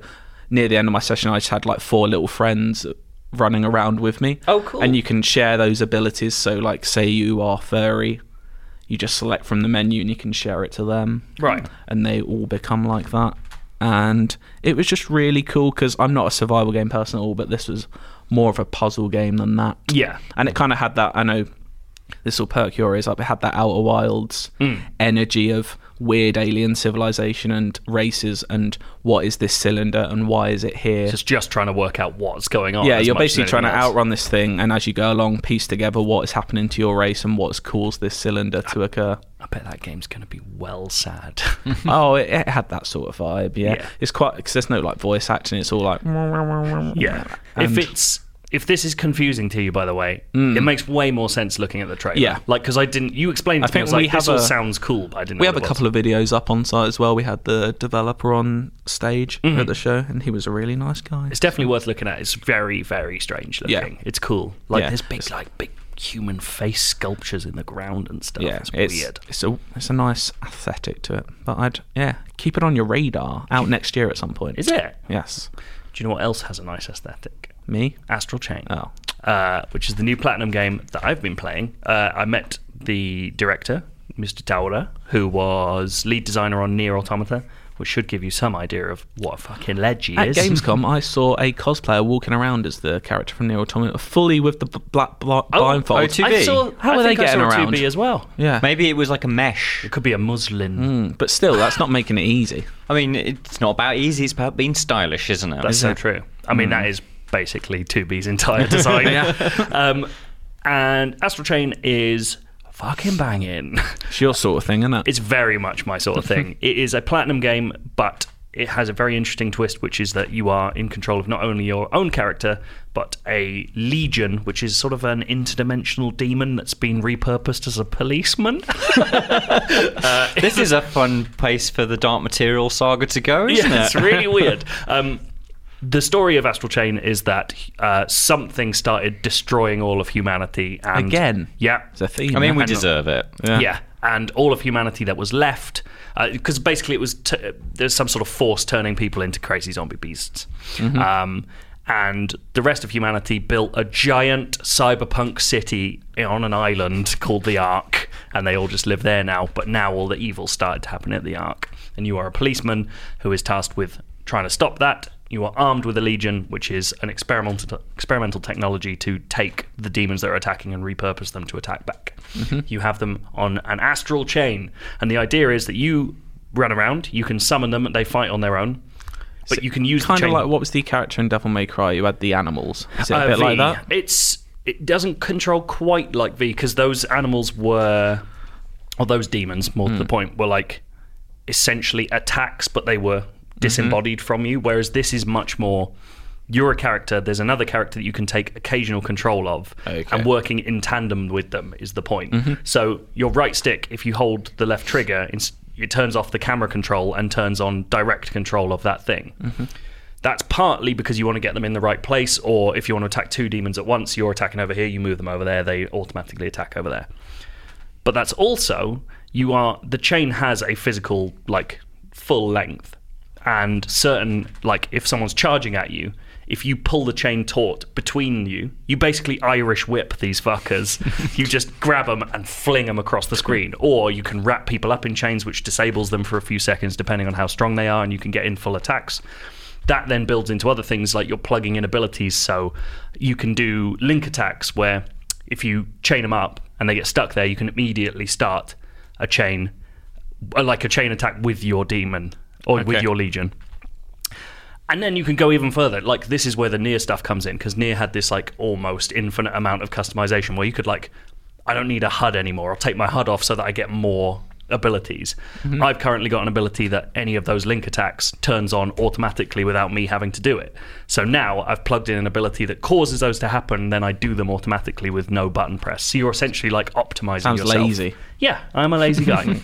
near the end of my session, I just had like four little friends running around with me. Oh, cool. And you can share those abilities. So, like, say you are furry, you just select from the menu and you can share it to them. Right. And they all become like that. And it was just really cool because I'm not a survival game person at all, but this was more of a puzzle game than that. Yeah. And it kind of had that, I know this will perk your ears up, it had that Outer Wilds Mm. energy of weird alien civilization and races and what is this cylinder and why is it here? It's just trying to work out what's going on. Yeah, as you're much as basically trying to anything else. outrun this thing, and as you go along, piece together what is happening to your race and what's caused this cylinder to occur. I bet that game's going to be well sad. oh, it, it had that sort of vibe. Yeah, Hmm. Yeah. it's quite because there's no like voice acting. It's all like yeah. And- Mm. if it's if this is confusing to you, by the way, it makes way more sense looking at the trailer. Yeah. like because I didn't. You explained. I to me, I think was we like, this have all a- sounds cool, but I didn't. we know have a what it couple of videos up on site as well. We had the developer on stage at the show, and he was a really nice guy. Mm-hmm. It's definitely worth looking at. It's very, very strange Yeah. looking. It's cool. Like Yeah. there's big, like big human face sculptures in the ground and stuff. Yeah, it's, it's weird. it's a it's a nice aesthetic to it. But I'd yeah keep it on your radar. Out next year at some point. Is it? Yes, Do you know what else has a nice aesthetic? me. Astral Chain. Oh. Uh, which is the new platinum game that I've been playing. Uh, I met the director, Mr. Taura, who was lead designer on Near Automata, which should give you some idea of what a fucking ledge he At is. Gamescom, I saw a cosplayer walking around as the character from Near Automata, fully with the b- black bl- blindfold. oh, two- I saw, I How are they think I getting saw a around? 2B as well. yeah, Hmm, Mm, Maybe it was like a mesh. It could be a muslin. but still, that's not making it easy. I mean, it's not about easy. It's about being stylish, isn't it? That's so it? Hmm. true. I mean, that is basically 2B's entire design. um, and Astral Chain is fucking banging. It's your sort of thing, isn't it? It's very much my sort of thing. it is a platinum game, but it has a very interesting twist, which is that you are in control of not only your own character, but a legion, which is sort of an interdimensional demon that's been repurposed as a policeman. this is a fun place for the Dark Material saga to go, isn't yeah, it? it's really weird. Um, the story of Astral Chain is that uh, something started destroying all of humanity. And, Again? Yeah. It's a theme. I mean, we isn't it? deserve it. yeah. And all of humanity that was left, because basically it was t- there's some sort of force turning people into crazy zombie beasts. Um, and the rest of humanity built a giant cyberpunk city on an island called the Ark, and they all just live there now. But now all the evil started to happen at the Ark, and you are a policeman who is tasked with trying to stop that. You are armed with a legion, which is an experimental experimental technology to take the demons that are attacking and repurpose them to attack back. Mm-hmm. You have them on an astral chain, and the idea is that you run around, you can summon them, and they fight on their own. But you can use Kind the of chain. like what was the character in Devil May Cry? You had the animals. Is it a Uh, bit V. like that? It's it doesn't control quite like V because those animals were, or those demons, more to Mm. the point, were like essentially attacks, but they were disembodied from you. Whereas this is much more. You're a character. There's another character that you can take occasional control of, Okay. and working in tandem with them is the point. So your right stick, if you hold the left trigger, it's- it turns off the camera control and turns on direct control of that thing that's partly because you want to get them in the right place, or if you want to attack two demons at once, you're attacking over here, you move them over there, they automatically attack over there. But that's also you are the chain has a physical like full length, and certain like if someone's charging at you, if you pull the chain taut between you, you basically Irish whip these fuckers. you just grab them and fling them across the screen, or you can wrap people up in chains, which disables them for a few seconds depending on how strong they are, and you can get in full attacks that then builds into other things like you're plugging in abilities so you can do link attacks where if you chain them up and they get stuck there you can immediately start a chain uh, like a chain attack with your demon or with Okay. your legion and then you can go even further. Like this is where the near stuff comes in because near had this like almost infinite amount of customization where you could like, I don't need a HUD anymore. I'll take my HUD off so that I get more abilities. Mm-hmm. I've currently got an ability that any of those link attacks turns on automatically without me having to do it. So now I've plugged in an ability that causes those to happen. Then I do them automatically with no button press. So you're essentially like optimizing Sounds yourself. lazy. Yeah, I'm a lazy guy.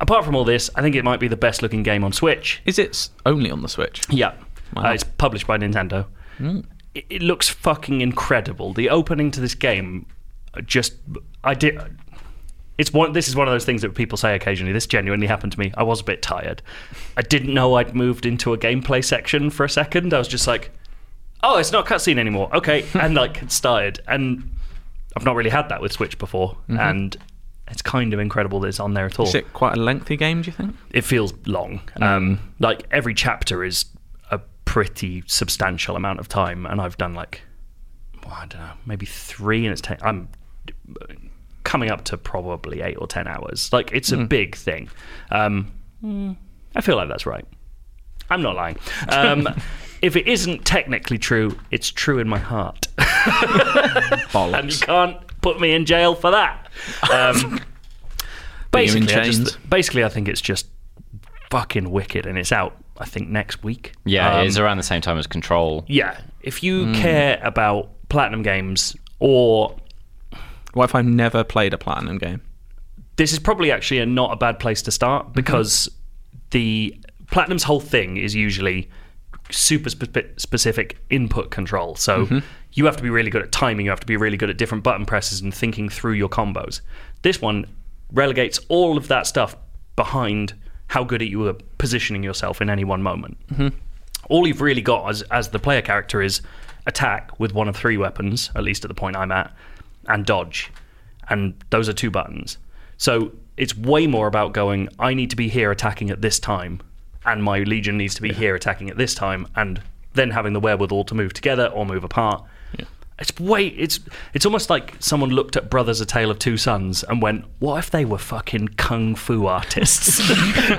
Apart from all this, I think it might be the best looking game on Switch. Is it s- only on the Switch? Yeah. Uh, it's published by Nintendo. It, it looks fucking incredible. The opening to this game uh, just I did it's one. This is one of those things that people say occasionally. This genuinely happened to me. I was a bit tired. I didn't know I'd moved into a gameplay section for a second. I was just like, oh, it's not cutscene anymore. Okay, and like it started. And I've not really had that with Switch before, and it's kind of incredible that it's on there at all Is it quite a lengthy game? Do you think? it feels long. Um, like every chapter is a pretty substantial amount of time, and I've done like well, I don't know, maybe three, and it's ten. I'm uh, coming up to probably eight or ten hours. Like it's a big thing. Um, I feel like that's right. I'm not lying. Um, if it isn't technically true, it's true in my heart, and you Bollocks. can't put me in jail for that. Um, Put you in basically, I just- chains. basically, I think it's just fucking wicked, and it's out. I think next week. Yeah, Um, it's around the same time as Control. yeah. If you Hmm. care about platinum games, or What if I've never played a platinum game? this is probably actually a, not a bad place to start because the platinum's whole thing is usually super spe- specific input control. So you have to be really good at timing. You have to be really good at different button presses and thinking through your combos. This one relegates all of that stuff behind how good at you are positioning yourself in any one moment. all you've really got as as the player character is attack with one of three weapons, at least at the point I'm at, and dodge. And those are two buttons. So it's way more about going, I need to be here attacking at this time, and my legion needs to be here attacking at this time, and then having the wherewithal to move together or move apart. It's way it's it's almost like someone looked at Brothers A Tale of Two Sons and went, What if they were fucking kung fu artists?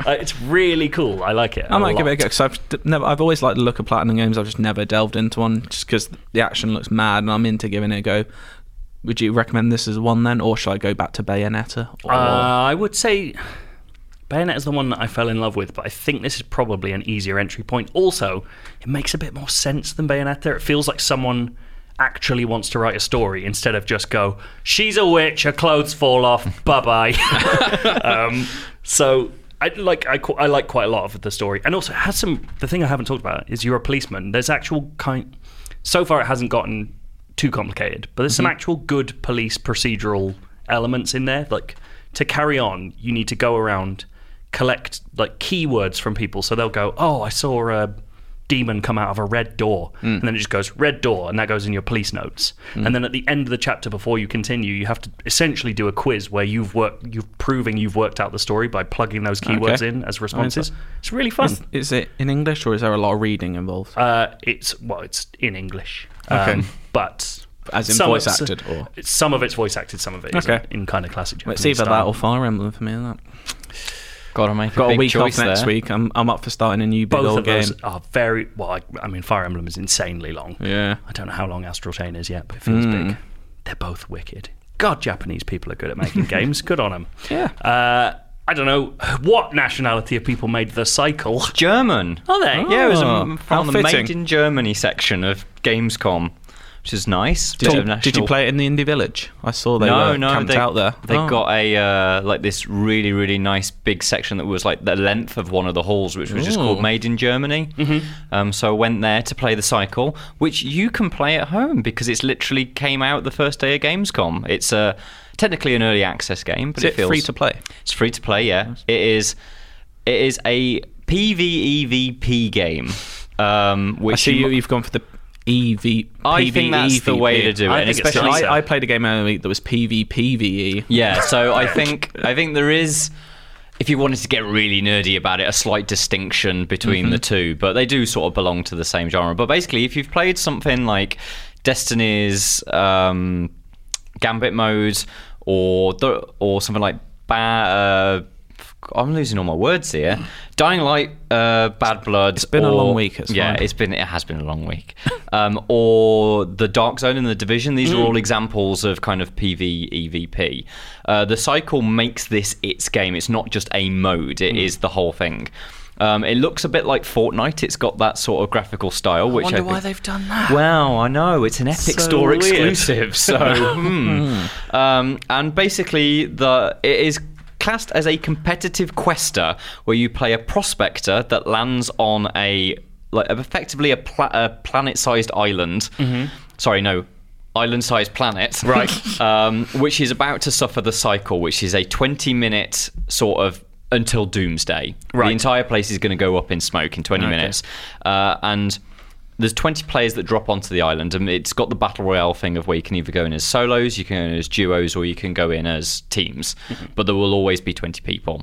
Uh, it's really cool. I like it. I might give it a lot. go because I've d- never. I've always liked the look of platinum games. I've just never delved into one just because the action looks mad and I'm into giving it a go. Would you recommend this as one then, or should I go back to Bayonetta? Or, Uh, I would say Bayonet is the one that I fell in love with, but I think this is probably an easier entry point. Also, it makes a bit more sense than Bayonetta. It feels like someone actually wants to write a story instead of just go, she's a witch, her clothes fall off, bye bye. um, so. I like I, qu- I like quite a lot of the story, and also it has some. The thing I haven't talked about is you're a policeman. There's actual kind. So far, it hasn't gotten too complicated, but there's some actual good police procedural elements in there. Like to carry on, you need to go around collect like keywords from people, so they'll go, "Oh, I saw a demon come out of a red door," Hmm. and then it just goes red door, and that goes in your police notes. And then at the end of the chapter, before you continue, you have to essentially do a quiz where you've worked, you've proving you've worked out the story by plugging those keywords Okay. in as responses. It's really fun. is it in English or is there a lot of reading involved? Uh, it's well, it's in English, Okay. um, but As in some voice of it's- acted, or- some of it's voice acted, some of it is Okay. in kind of classic. Japanese it's either that style. or Fire Emblem for me. Isn't it? Got to make Got a big week off choice next there. week. I'm I'm up for starting a new big both old of game. those are very well. I, I mean, Fire Emblem is insanely long. Yeah. I don't know how long Astral Chain is yet, but it feels big. They're both wicked. God, Japanese people are good at making games. Good on them. Yeah. Uh, I don't know what nationality of people made the cycle. German. Are they? Yeah, it was Oh, um, how from the fitting. Made in Germany section of Gamescom, which is nice. Did, Bit you, of did you national- play it in the indie village? I saw they no, were no, camped they, out there. They Oh. got a uh, like this really, really nice big section that was like the length of one of the halls, which was just Ooh. Mm-hmm. called Made in Germany. Um, so I went there to play the cycle, which you can play at home because it's literally came out the first day of Gamescom. It's uh, technically an early access game, but Is it feels free to play? It's free to play. Yeah, it is. It is a PVEVP game. Um, which I see you. You've gone for the E EV. I think that's the way to do it, I and think it's especially nicer. I, I played a game earlier week that was PvPVE. Yeah, so I think I think there is if you wanted to get really nerdy about it, a slight distinction between Mm-hmm. the two, but they do sort of belong to the same genre. But basically, if you've played something like Destiny's um, Gambit mode or the, or something like ba- uh, I'm losing all my words here. Dying Light, uh, Bad Blood. It's been a long week, it's yeah, fine. it's been it has been a long week. Um, or the Dark Zone and the Division. These are Mm. all examples of kind of PvEVP. Uh, the cycle makes this its game. It's not just a mode. It is Mm. the whole thing. Um, it looks a bit like Fortnite. It's got that sort of graphical style, which Wonder I think, why they've done that. Wow, I know it's an Epic So Store weird. exclusive. So, hmm. um, and basically, the it is classed as a competitive quester where you play a prospector that lands on a like effectively a, pla- a planet-sized island. Sorry, no. island sized planet. Mm-hmm. Right. um, which is about to suffer the cycle, which is a 20 minute sort of until doomsday. Right. The entire place is going to go up in smoke in 20 Okay. minutes. Uh, and there's 20 players that drop onto the island, and it's got the battle royale thing of where you can either go in as solos, you can go in as duos, or you can go in as teams. But there will always be 20 people.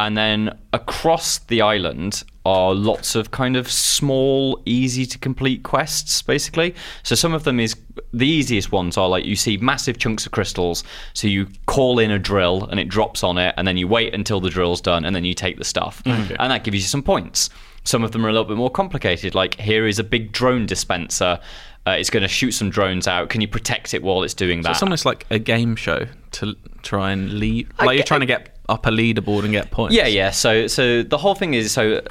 And then across the island are lots of kind of small, easy to complete quests, basically. So some of them is the easiest ones are like you see massive chunks of crystals, so you call in a drill and it drops on it, and then you wait until the drill's done, and then you take the stuff, and that gives you some points. Some of them are a little bit more complicated. Like here is a big drone dispenser. Uh, it's going to shoot some drones out. Can you protect it while it's doing that? It's almost like a game show to l- try and lead. Like you're trying to get up a leaderboard and get points. Yeah, yeah. So, so the whole thing is so, uh,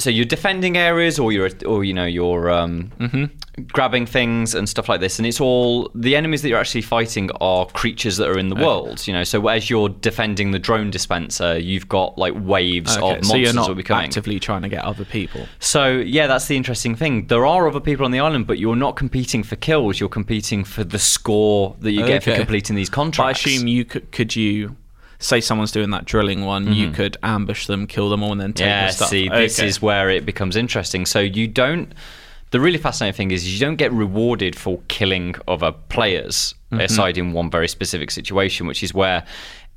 so you're defending areas, or you're, or you know, you're um, Mm-hmm. grabbing things and stuff like this, and it's all the enemies that you're actually fighting are creatures that are in the world. You know, so as you're defending the drone dispenser, you've got like waves Okay, of so monsters you're that will be not coming. actively trying to get other people. So yeah, that's the interesting thing. There are other people on the island, but you're not competing for kills. You're competing for the score that you get for Okay. completing these But I contracts. assume you could, could you say someone's doing that drilling one, you could ambush them, kill them all, and then take Mm-hmm. yeah, their stuff. see, this Okay. is where it becomes interesting. So you don't. The really fascinating thing is you don't get rewarded for killing other players, Mm-hmm. aside in one very specific situation, which is where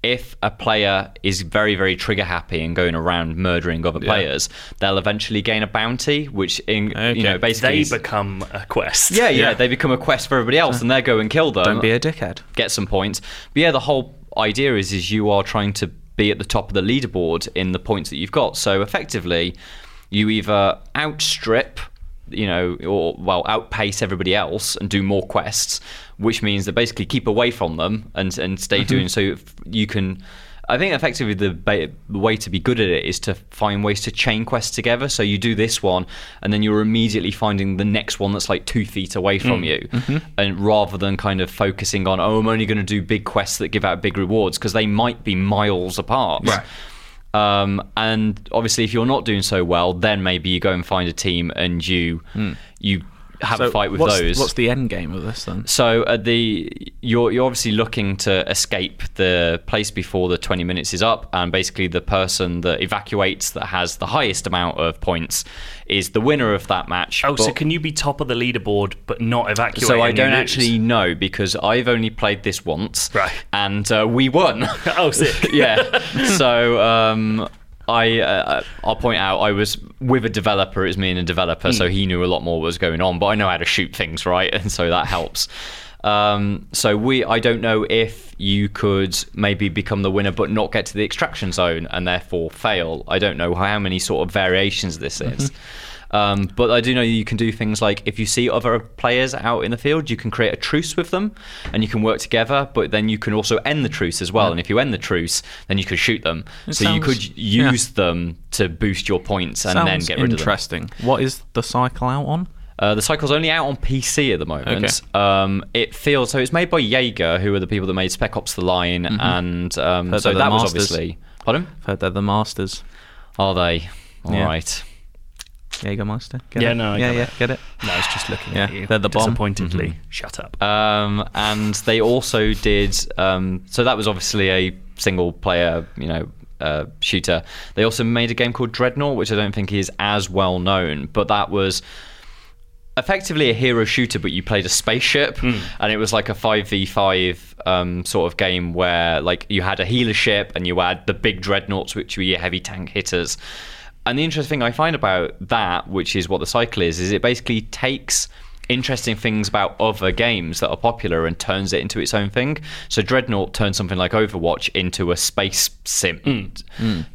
if a player is very, very trigger happy and going around murdering other players, they'll eventually gain a bounty, which in, Okay. you know basically They is- become a quest. yeah, yeah, Yeah. they become a quest for everybody else, and they go and kill them don't be a dickhead. get some points. But yeah, the whole idea is is you are trying to be at the top of the leaderboard in the points that you've got. So effectively, you either outstrip, you know, or well outpace everybody else and do more quests, which means that basically keep away from them and and Mm-hmm. stay doing so. if You can. I think effectively the, ba- the way to be good at it is to find ways to chain quests together. So you do this one, and then you're immediately finding the next one that's like two feet away from Mm. you, Mm-hmm. and rather than kind of focusing on oh I'm only going to do big quests that give out big rewards because they might be miles apart. Right. Um, and obviously, if you're not doing so well, then maybe you go and find a team and you you have a fight with Hmm. what's, those. What's the end game of this then? So at the you're you're obviously looking to escape the place before the 20 minutes is up, and basically the person that evacuates that has the highest amount of points is the winner of that match. Oh, so But- can you be top of the leaderboard but not evacuate? so I and you don't lose? actually know because I've only played this once, Right. And uh, we won. Oh, sick. yeah. So um, I uh, I'll point out I was with a developer. It was me and a developer, so he knew a lot more what was going on. But I know how to shoot things right, and so that helps. Um, so we I don't know if you could maybe become the winner but not get to the extraction zone and therefore fail. I don't know how many sort of variations this is. Um, but I do know you can do things like if you see other players out in the field, you can create a truce with them and you can work together. But then you can also end the truce as well. And if you end the truce, then you could shoot them. so you sounds- could yeah. use them to boost your points and then Sounds get rid of them. interesting. What is the cycle out on? Uh, the cycle's only out on PC at the moment. Um, it feels so. It's made by Jaeger, who are the people that made Spec Ops: The Line, and um, Heard Mm-hmm. so they're the that was masters. obviously. Pardon? I've heard they're the masters. Are they? All right. Yeah. Jägermeister. Get Yeah, it? no, I yeah, get yeah, it. get it. No, it's just looking Yeah, at you. they're the bomb. Disappointedly. Shut up. Um, and they also did. Um, so that was obviously a single player, you know, uh, shooter. They also made a game called Dreadnought, which I don't think is as well known, but that was effectively a hero shooter, but you played a spaceship, and it was like a five v five um, sort of game where like you had a healer ship and you had the big dreadnoughts, which were your heavy tank hitters. And the interesting thing I find about that, which is what the cycle is, is it basically takes interesting things about other games that are popular and turns it into its own thing. So Dreadnought turned something like Overwatch into a space sim.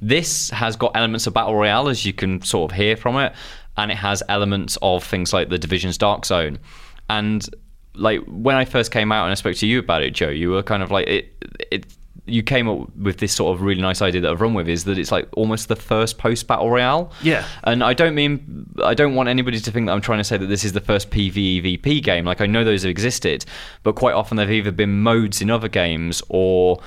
This has got elements of battle royale, as you can sort of hear from it, and it has elements of things like the Division's Dark Zone. And like when I first came out and I spoke to you about it, Joe, you were kind of like it. It you came up with this sort of really nice idea that I've run with is that it's like almost the first post battle royale. Yeah. And I don't mean I don't want anybody to think that I'm trying to say that this is the first PvEVP game. Like I know those have existed, but quite often they've either been modes in other games or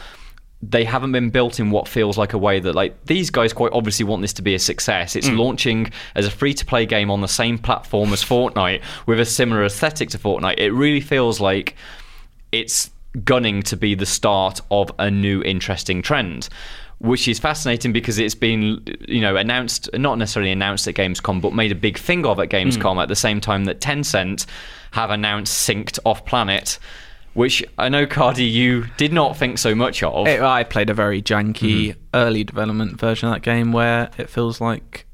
they haven't been built in what feels like a way that like these guys quite obviously want this to be a success. It's launching as a free-to-play game on the same platform as Fortnite with a similar aesthetic to Fortnite. It really feels like it's gunning to be the start of a new interesting trend. Which is fascinating because it's been, you know, announced, not necessarily announced at Gamescom, but made a big thing of at Gamescom at the same time that Tencent have announced Synced Off Planet, which I know, Cardi, you did not think so much of. It- I played a very janky Mm-hmm. early development version of that game where it feels like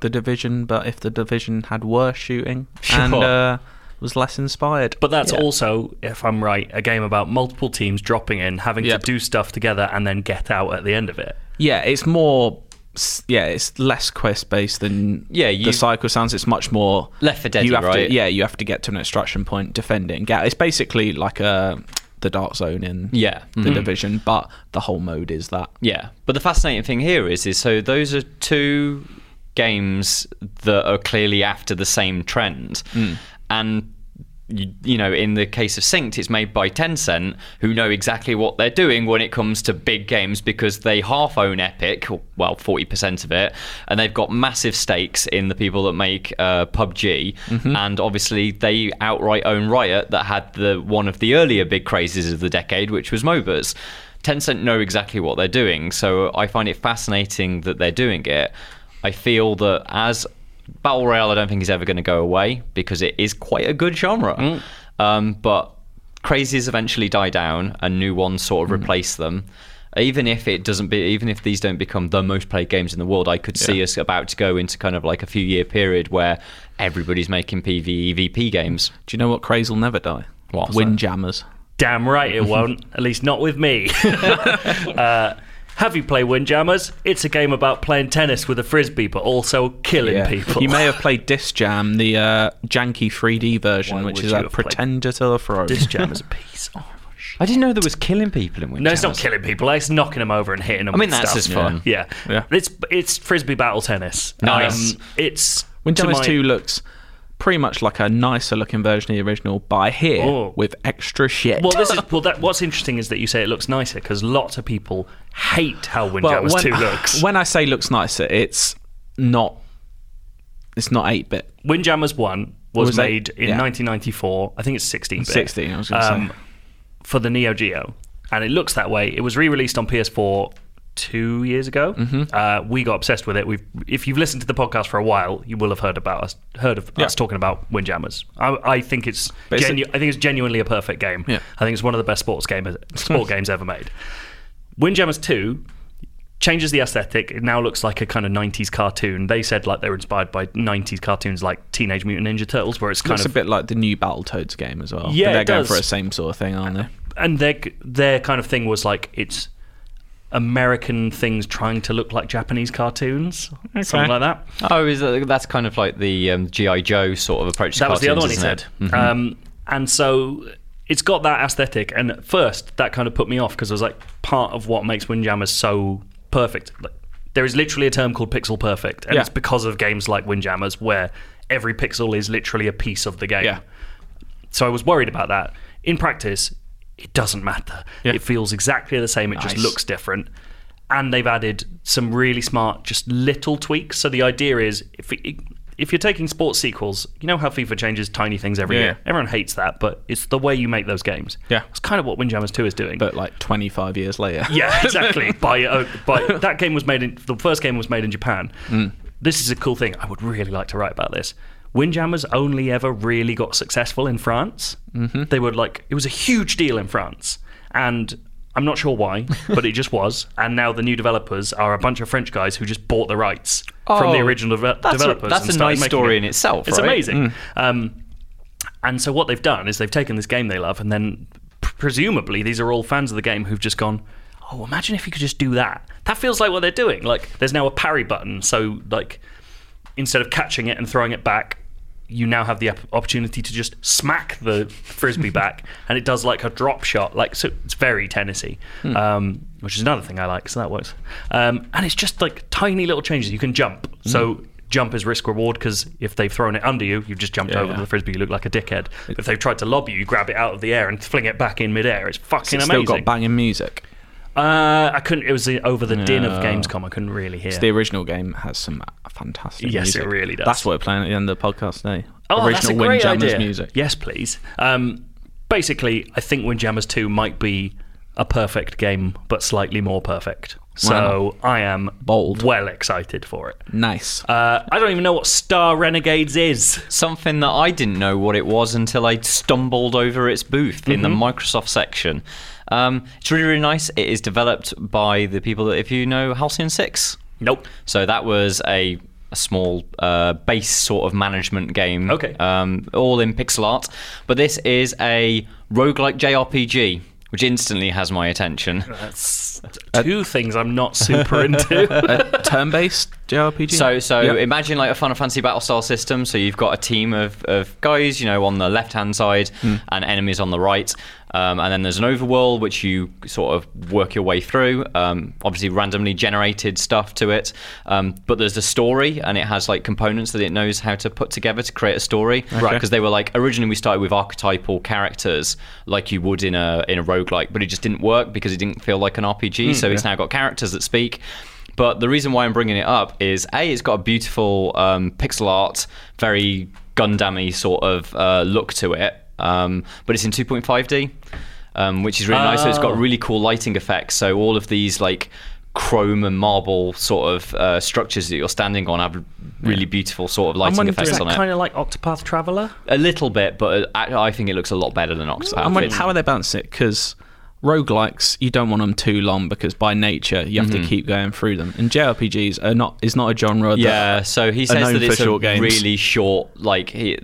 the division, but if the division had worse shooting and Sure. uh, was less inspired. But that's Yeah. also, if I'm right, a game about multiple teams dropping in, having Yep. to do stuff together, and then get out at the end of it. Yeah, it's more. s- Yeah, it's less quest based than Yeah, you- the cycle sounds. It's much more Left 4 Dead-y, You have right? to, yeah, you have to get to an extraction point, defend it, and get. It's basically like a the dark zone in Yeah. the Mm-hmm. division, but the whole mode is that. Yeah, but the fascinating thing here is, is so those are two games that are clearly after the same trend, and you, you know, in the case of Synced, it's made by Tencent, who know exactly what they're doing when it comes to big games because they half own Epic, or, well, forty percent of it, and they've got massive stakes in the people that make uh, PUBG, and obviously they outright own Riot, that had the one of the earlier big crazes of the decade, which was MOBAs. Tencent know exactly what they're doing, so I find it fascinating that they're doing it. I feel that as battle royale, I don't think is ever going to go away because it is quite a good genre. Um, but crazies eventually die down, and new ones sort of replace them. Even if it doesn't be, even if these don't become the most played games in the world, I could see us about to go into kind of like a few year period where everybody's making PVE VP games. Do you know what craze will never die? What's that? Windjammers. Damn right Mm-hmm. it won't. At least not with me. uh, have you played Windjammers? It's a game about playing tennis with a frisbee, but also killing people. You may have played Disc Jam, the uh, janky 3D version, Why which would is you a have played pretender to the throne. This jam is a piece of shit. I didn't know there was killing people in Windjammers. No, it's not killing people. It's knocking them over and hitting them. I mean, with that's stuff. as fun. Yeah. Yeah. it's it's frisbee battle tennis. Um, Nice. it's Windjammers to my- 2 looks pretty much like a nicer looking version of the original, but I hear Oh. with extra shit. Well, this is well. That what's interesting is that you say it looks nicer because lots of people hate how Well, Windjammers Two looks. When I say looks nicer, it's not. It's not 8 bit. Windjammers One was, Was that- made in yeah. 1994. I think it's 16 bit. Um, 16, I was gonna say. for the Neo Geo, and it looks that way. It was re-released on PS4 two years ago. Mm-hmm. Uh, we got obsessed with it. We've, if you've listened to the podcast for a while, you will have heard about us, heard of us talking about Windjammers. I, I think it's, But it's a- genu- I think it's genuinely a perfect game. Yeah. I think it's one of the best sports games sport games ever made. Windjammers Two changes the aesthetic. It now looks like a kind of 90s cartoon. They said like they were inspired by 90s cartoons like Teenage Mutant Ninja Turtles, where it's kind Looks of a bit like the new Battletoads game as well. Yeah, they're it going does. for the same sort of thing, aren't they? and their their kind of thing was like it's American things trying to look like Japanese cartoons, something like that. Oh, is that, that's kind of like the um, GI Joe sort of approach. To That was the other one he cartoons, said. isn't it? Mm-hmm. Um, and so it's got that aesthetic. And at first, that kind of put me off because I was like, part of what makes Windjammers so perfect. Like, there is literally a term called pixel perfect, and Yeah. it's because of games like Windjammers where every pixel is literally a piece of the game. Yeah. So I was worried about that. In practice, it doesn't matter. Yeah. It feels exactly the same. It just Nice. looks different. And they've added some really smart, just little tweaks. So the idea is, if it, if you're taking sports sequels, you know how FIFA changes tiny things every Yeah. year. Everyone hates that, but it's the way you make those games. Yeah. it's kind of what Windjammers Two is doing. But like 25 years later. Yeah, exactly. by uh, by that game was made in the first game was made in Japan. This is a cool thing. I would really like to write about this. Windjammers only ever really got successful in France. Mm-hmm. They were like it was a huge deal in France, and I'm not sure why, but it just was. And now the new developers are a bunch of French guys who just bought the rights from the Oh, original deve- that's a- developers. that's and a started nice making story it. in itself, It's right? Mm. amazing. Um, and so what they've done is they've taken this game they love, and then pr- presumably these are all fans of the game who've just gone, "Oh, imagine if you could just do that." That feels like what they're doing. Like there's now a parry button, so like instead of catching it and throwing it back, you now have the op- opportunity to just smack the frisbee back, and it does like a drop shot. Like so, it's very Tennessee, um, which is another thing I like. So that works. Um, and it's just like tiny little changes. You can jump, so jump is risk reward because if they've thrown it under you, you've just jumped over yeah. the frisbee. You look like a dickhead. But if they've tried to lob you, you grab it out of the air and fling it back in midair. It's fucking It's amazing. still got banging music. Uh, I couldn't. It was the- over the din of Gamescom. I couldn't really hear. The original game has some fantastic Yes, music. it really does. That's what we're playing at the end of the podcast today. Oh, original that's a great Windjammers idea. music. Yes, please. Um, basically, I think Windjammers 2 might be a perfect game, but slightly more perfect. So I am Bold. well excited for it. Nice. Uh, I don't even know what Star Renegades is. Something that I didn't know what it was until I stumbled over its booth in Mm-hmm. the Microsoft section. Um, it's really, really nice. It is developed by the people that, if you know Halcyon 6. Nope. So that was a, a small uh, base sort of management game. Okay. Um, all in pixel art. But this is a roguelike JRPG, which instantly has my attention. That's two things I'm not super into. a turn-based JRPG. So, so Yep. imagine like a Final Fantasy battle style system. So you've got a team of, of guys, you know, on the left hand side and enemies on the right. Um, and then there's an overworld which you sort of work your way through. Um, obviously, randomly generated stuff to it. Um, but there's the story, and it has like components that it knows how to put together to create a story. Right. Because they were like originally we started with archetypal characters, like you would in a in a roguelike, but it just didn't work because it didn't feel like an RPG. so it's now got characters that speak. But the reason why I'm bringing it up is a, it's got a beautiful um, pixel art, very Gundamy sort of uh, look to it, um, but it's in 2.5D, um, which is really nice. So it's got really cool lighting effects. So all of these like chrome and marble sort of uh, structures that you're standing on have really beautiful sort of lighting is effects that on it. kind of like Octopath Traveler? a little bit, but uh, I, I think it looks a lot better than Octopath. I'm wondering It's- how are they balancing it? Because roguelikes, you don't want them too long because by nature you have to keep going through them. And JRPGs are not is not a genre. That, Yeah, so he says known that for it's a short games. really short, like he,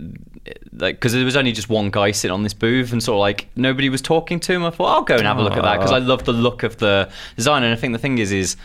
like because there was only just one guy sitting on this booth, and sort of like nobody was talking to him. I thought I'll go and have a look at that because I love the look of the design, and I think the thing is is.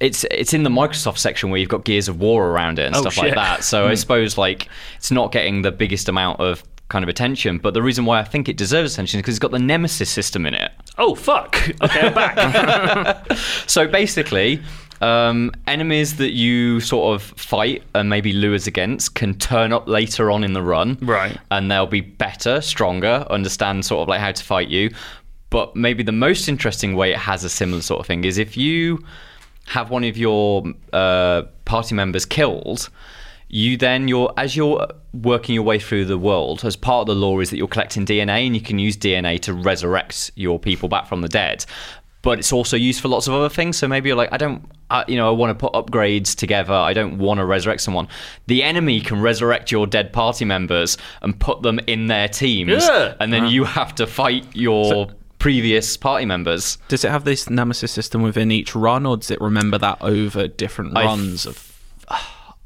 It's it's in the Microsoft section where you've got Gears of War around it and Oh, stuff shit. like that. So I suppose like it's not getting the biggest amount of kind of attention. But the reason why I think it deserves attention is because it's got the Nemesis system in it. Oh, fuck. Okay, I'm back. So basically, um, enemies that you sort of fight and maybe lures against can turn up later on in the run. Right. And they'll be better, stronger, understand sort of like how to fight you. But maybe the most interesting way it has a similar sort of thing is if you have one of your uh, party members killed, you then you're as you're working your way through the world as part of the law is that you're collecting dna and you can use dna to resurrect your people back from the dead but it's also used for lots of other things so maybe you're like i don't I, you know i want to put upgrades together i don't want to resurrect someone the enemy can resurrect your dead party members and put them in their teams Yeah. Uh-huh. and then you have to fight your previous party members Does it have this nemesis system within each run, or does it remember that over different I runs of?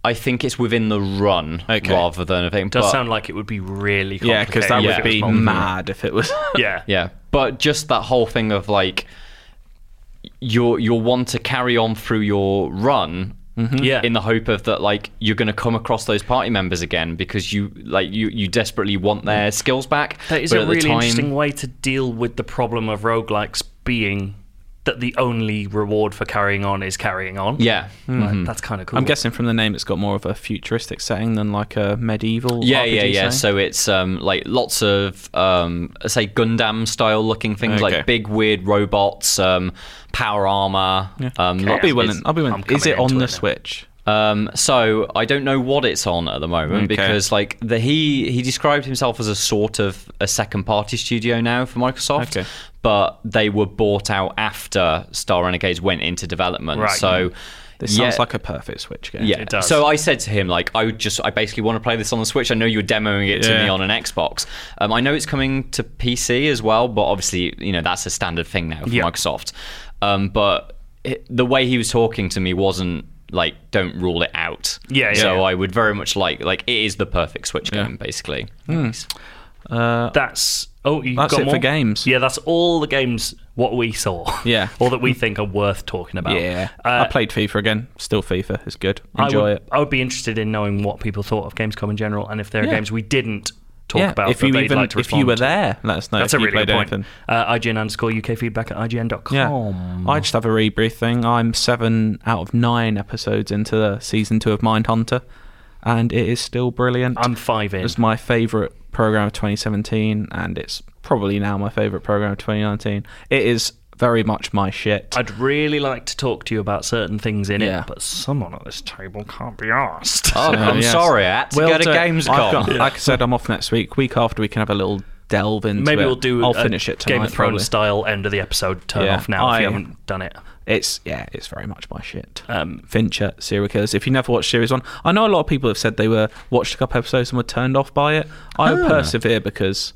i think it's within the run Okay. rather than a thing Does but- sound like it would be really complicated. Yeah, because that Yeah. would be mad if it was. Yeah. Yeah, but just that whole thing of like you'll you'll want to carry on through your run. Yeah. In the hope of that, like you're going to come across those party members again because you like you, you desperately want their skills back. Mm. That is but a at the really time- interesting way to deal with the problem of roguelikes being that the only reward for carrying on is carrying on. Yeah, Mm. Like, that's kind of cool. Mm-hmm. I'm guessing from the name, it's got more of a futuristic setting than like a medieval. yeah, RPG yeah, yeah. setting? So it's um, like lots of um, say Gundam style looking things Okay. like big weird robots, um, power armor. Um, I'll lots- be willing. it's- I'll be I'm willing. Is coming it on into the it now. Switch? Um, so I don't know what it's on at the moment Okay. because like the he he described himself as a sort of a second party studio now for Microsoft. Okay. But they were bought out after Star Renegades went into development. Right. So This sounds yeah, like a perfect Switch game. yeah. It does. So I said to him, like, I would just, I basically want to play this on the Switch. I know you were demoing it to Yeah. me on an Xbox. Um, I know it's coming to PC as well, but obviously, you know, that's a standard thing now for Yeah. Microsoft. Um, but it, the way he was talking to me wasn't like, don't rule it out. Yeah, yeah, So yeah. I would very much like, like, it is the perfect Switch game, basically. Hmm. that's oh, you That's got it for more? games. Yeah, that's all the games what we saw. Yeah. or that we think are worth talking about. Yeah. Uh, I played FIFA again. Still FIFA. It's good. I Enjoy would, it. I would be interested in knowing what people thought of Gamescom in general, and if there are Yeah. games we didn't talk about. if that you they'd even like to if you were respond to. there, let us know. that's if a you really good played point. anything. Uh, IGN underscore UK feedback at IGN.com. Yeah, I just have a rebrief thing. I'm seven out of nine episodes into the season two of Mindhunter, and it is still brilliant. I'm five in. It's my favourite program of 2017, and it's probably now my favourite program of 2019. It is very much my shit. I'd really like to talk to you about certain things in Yeah. it, but someone at this table can't be asked. Oh, I'm Uh, yes. sorry, I had to Well go to done. I've Gamescom. got- Like I said, I'm off next week. Week after, we can have a little delve into Maybe it. we'll do I'll a finish it tonight. Game of Thrones probably. style end of the episode turn Yeah. off now if I- you haven't done it. It's yeah, it's very much my shit. Um, Fincher, serial killers. If you never watched series one, I know a lot of people have said they were watched a couple episodes and were turned off by it. I persevere because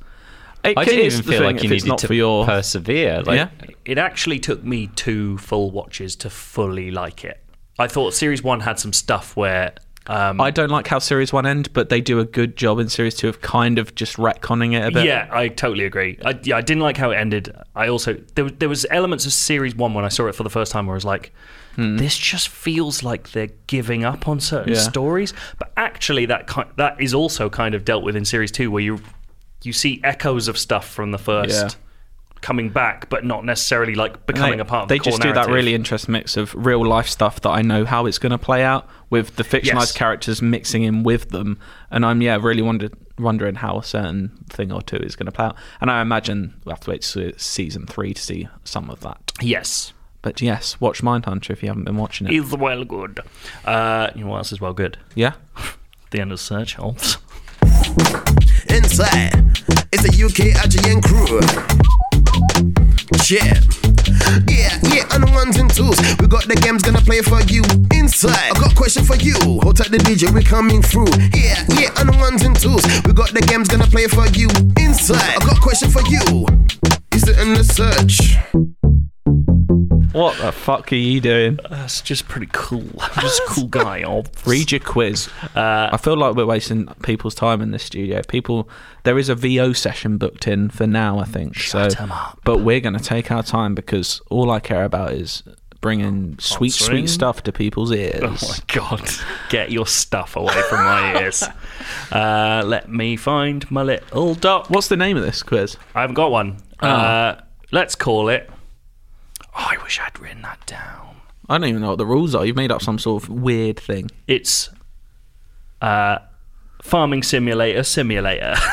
it, Ah. I didn't it's even the feel thing like you if it's needed not to for your persevere. Like, yeah. It actually took me two full watches to fully like it. I thought series one had some stuff where um, I don't like how series one end, but they do a good job in series two of kind of just retconning it a bit. Yeah, I totally agree. I, yeah, I didn't like how it ended. I also there was- there was elements of series one when I saw it for the first time where I was like, this just feels like they're giving up on certain Hmm. Yeah. stories. But actually, that ki- that is also kind of dealt with in series two, where you you see echoes of stuff from the first. Yeah. Coming back, but not necessarily like And becoming they, a part of they the core just do that narrative. really interesting mix of real life stuff that I know how it's going to play out with the fictionalized Yes. characters mixing in with them, and I'm yeah really wonder, wondering how a certain thing or two is going to play out, and I imagine we'll have to wait to season three to see some of that. Yes, But yes, watch Mindhunter if you haven't been watching it. is well good. Uh, you know what else is well good? yeah, The end of search Holmes. Inside, it's a UK IGN crew. Yeah, yeah, yeah, and the ones and twos. We got the games gonna play for you. Inside, I got a question for you. Hold tight, the DJ, we coming through. Yeah, yeah, and the ones and twos. We got the games gonna play for you. Inside, I got a question for you. Is it in the search? what the fuck are you doing? That's just pretty cool. I'm just a cool guy. I'll Read your quiz. Uh, I feel like we're wasting people's time in this studio. People, there is a VO session booked in for now. I think so. 'em up. But we're going to take our time because all I care about is bringing sweet, Answering. sweet stuff to people's ears. Oh my god! Get your stuff away from my ears. Uh, let me find my little dot. What's the name of this quiz? I haven't got one. Uh, let's call it. Oh, I wish I'd written that down. I don't even know what the rules are. You've made up some sort of weird thing. It's uh, farming simulator simulator.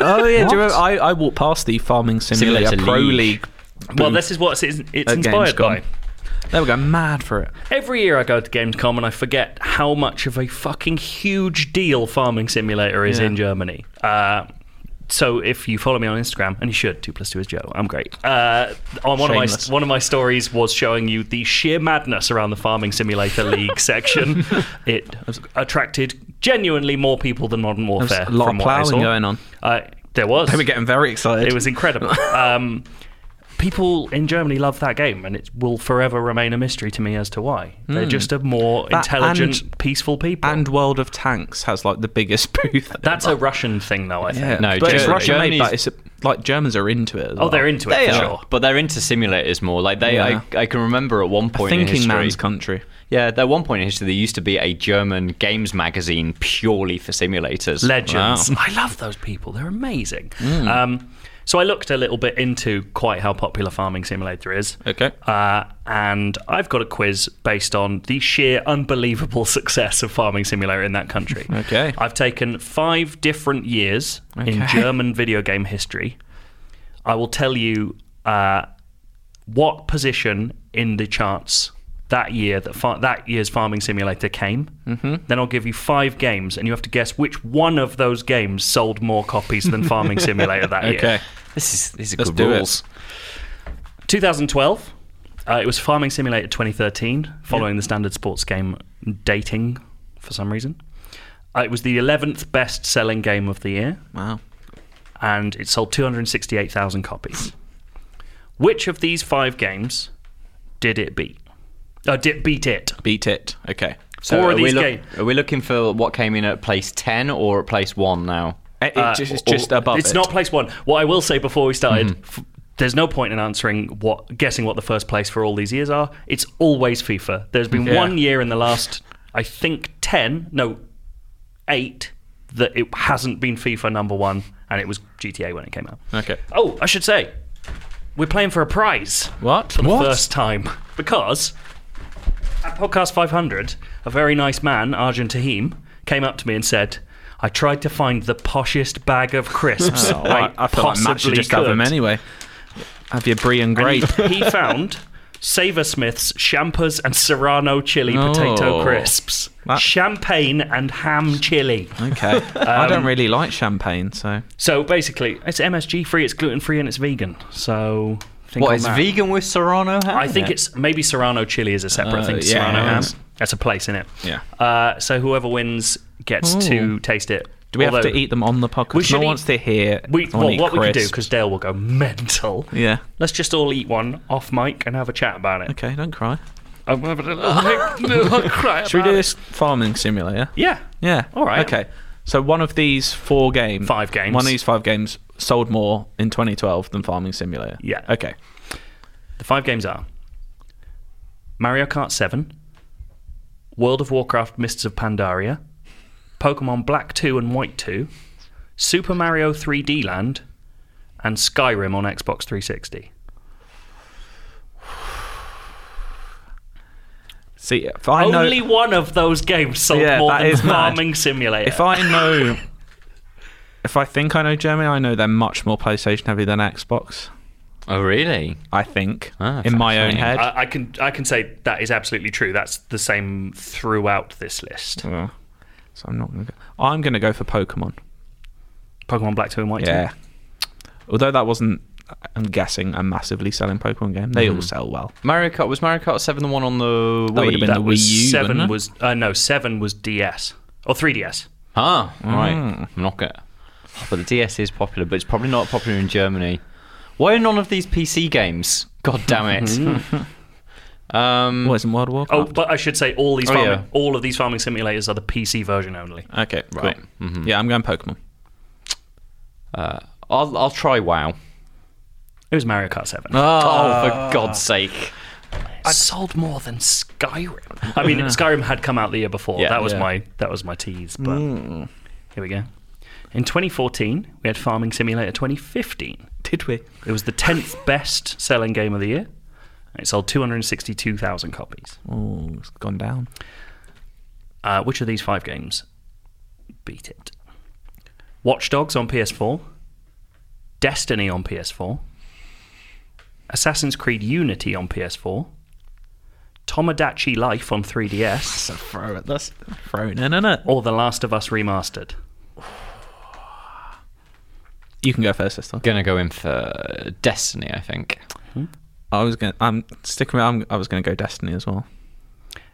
Oh yeah, do you remember, I, I walked past the farming simulator, Simulator pro league. League. well, this is what it's, it's at inspired by. Gamescom. There we go, mad for it. Every year I go to Gamescom and I forget how much of a fucking huge deal Farming Simulator is Yeah. in Germany. Uh, so if you follow me on Instagram, and you should, two plus two is Joe. I'm great. Uh, on one Shameless. of my one of my stories was showing you the sheer madness around the Farming Simulator League section. It attracted genuinely more people than Modern Warfare. a lot from of what I ploughing saw. going on. Uh, there was. They were getting very excited. It was incredible. um, people in Germany love that game, and it will forever remain a mystery to me as to why. They're just a more Hmm. That- intelligent, and- peaceful people. and World of Tanks has like the biggest booth. that's a Russian thing, though. I think. Yeah, No, but it's Germany- Russia made that. Germany's- It's like Germans are into it. As Oh, they're into it They for are, sure. but they're into simulators more. Like they, Yeah. I, I can remember at one point in thinking history, man's country. yeah, at one point in history, there used to be a German games magazine purely for simulators. Legends. I love those people. They're amazing. Hmm. Um, so I looked a little bit into quite how popular Farming Simulator is. Okay. Uh, and I've got a quiz based on the sheer unbelievable success of Farming Simulator in that country. Okay. I've taken five different years in Okay. German video game history. I will tell you uh, what position in the charts that year that far- that year's Farming Simulator came. Mm-hmm. Then I'll give you five games, and you have to guess which one of those games sold more copies than Farming Simulator that year. Okay. This is these are Let's good do it. rules. 2012. Uh, it was Farming Simulator 2013, following the standard sports game dating for some reason. Uh, it was the 11th best selling game of the year, Wow. and it sold 268,000 copies. Which of these five games did it beat? Uh, did beat it? Beat it. Okay. So Four are, of we these look- games. are we looking for what came in at place ten or at place one now? It, it just, it's or- just above. it's it. Mm-hmm. not place one. What I will say before we started, f- there's no point in answering what guessing what the first place for all these years are. It's always FIFA. There's been Yeah. one year in the last, I think, ten, no, eight, that it hasn't been FIFA number one, and it was GTA when it came out. Okay. Oh, I should say, we're playing for a prize What? for the What? first time because at Podcast 500, a very nice man, Arjun Tahim, came up to me and said, I tried to find the poshest bag of crisps. Oh, I, I feel like Matt should possibly just have them could." anyway. Have your brie and grape. And he, he found Saversmith's Champers and Serrano chili potato Oh. crisps, That- champagne and ham chili. Okay. I Um, don't really like champagne, so So basically, it's MSG free, it's gluten free, and it's vegan. So think What on is that. vegan with Serrano ham? I think Yeah. it's maybe Serrano chili is a separate Uh, thing. to yeah, Serrano it ham. is. That's a place in it. Yeah. Uh, so whoever wins gets to Ooh. taste it. do we Although- have to eat them on the podcast? We should no one eat- wants to hear. We, someone well, eat what we can do crisps. because Dale will go mental. Yeah. Let's just all eat one off mic and have a chat about it. Okay, don't cry. I'm having a little cry Should we about it. do this farming simulator? Yeah. Yeah. All right. Okay. So one of these four games, Five games. one of these five games sold more in 2012 than Farming Simulator. Yeah. Okay. The five games are Mario Kart 7, World of Warcraft Mists of Pandaria, Pokemon Black 2 and White 2, Super Mario 3D Land, and Skyrim on Xbox 360. See, if I know, Only one of those games sold Yeah, more that than is mad. Farming Simulator. if I know, if I think I know Germany, I know they're much more PlayStation heavy than Xbox. Oh, really? I think Ah, in my own head. fascinating. I, I can I can say that is absolutely true. That's the same throughout this list. Well, so I'm not gonna. Go. I'm gonna go for Pokemon. Pokemon Black Two and White Yeah. Two. Although that wasn't, I'm guessing, a massively selling Pokemon game. They all sell well. Mario Kart was Mario Kart Seven the one on the That would've Wii? been That the was Wii U, seven wasn't it? was uh, no seven was Oh, DS or 3DS. Ah, Mm. right. I'm not gonna. Oh, but the DS is popular, but it's probably not popular in Germany. Why are none of these PC games? God damn it! um, What is in World War? Oh, but I should say all these Oh, farming, yeah. all of these farming simulators are the PC version only. Okay, Right. right. Yeah, I'm going Pokemon. I'll I'll try WoW. It was Mario Kart Seven. Oh, Ah. for God's sake! I sold more than Skyrim. I mean, Skyrim had come out the year before. Yeah. that was Yeah. Hmm. my that was my tease. But here we go. In 2014, we had Farming Simulator 2015. Did we? It was the 10th best selling game of the year. and It sold 262,000 copies. Oh, it's gone down. Uh, which of these five games beat it? Watch Dogs on PS4, Destiny on PS4, Assassin's Creed Unity on PS4, Tomodachi Life on 3DS, Throw it. That's thrown in, is or The Last of Us Remastered. You can go first this time. Gonna go in for Destiny, I think. I was going. to I'm sticking. With, I'm, I was going to go Destiny as well.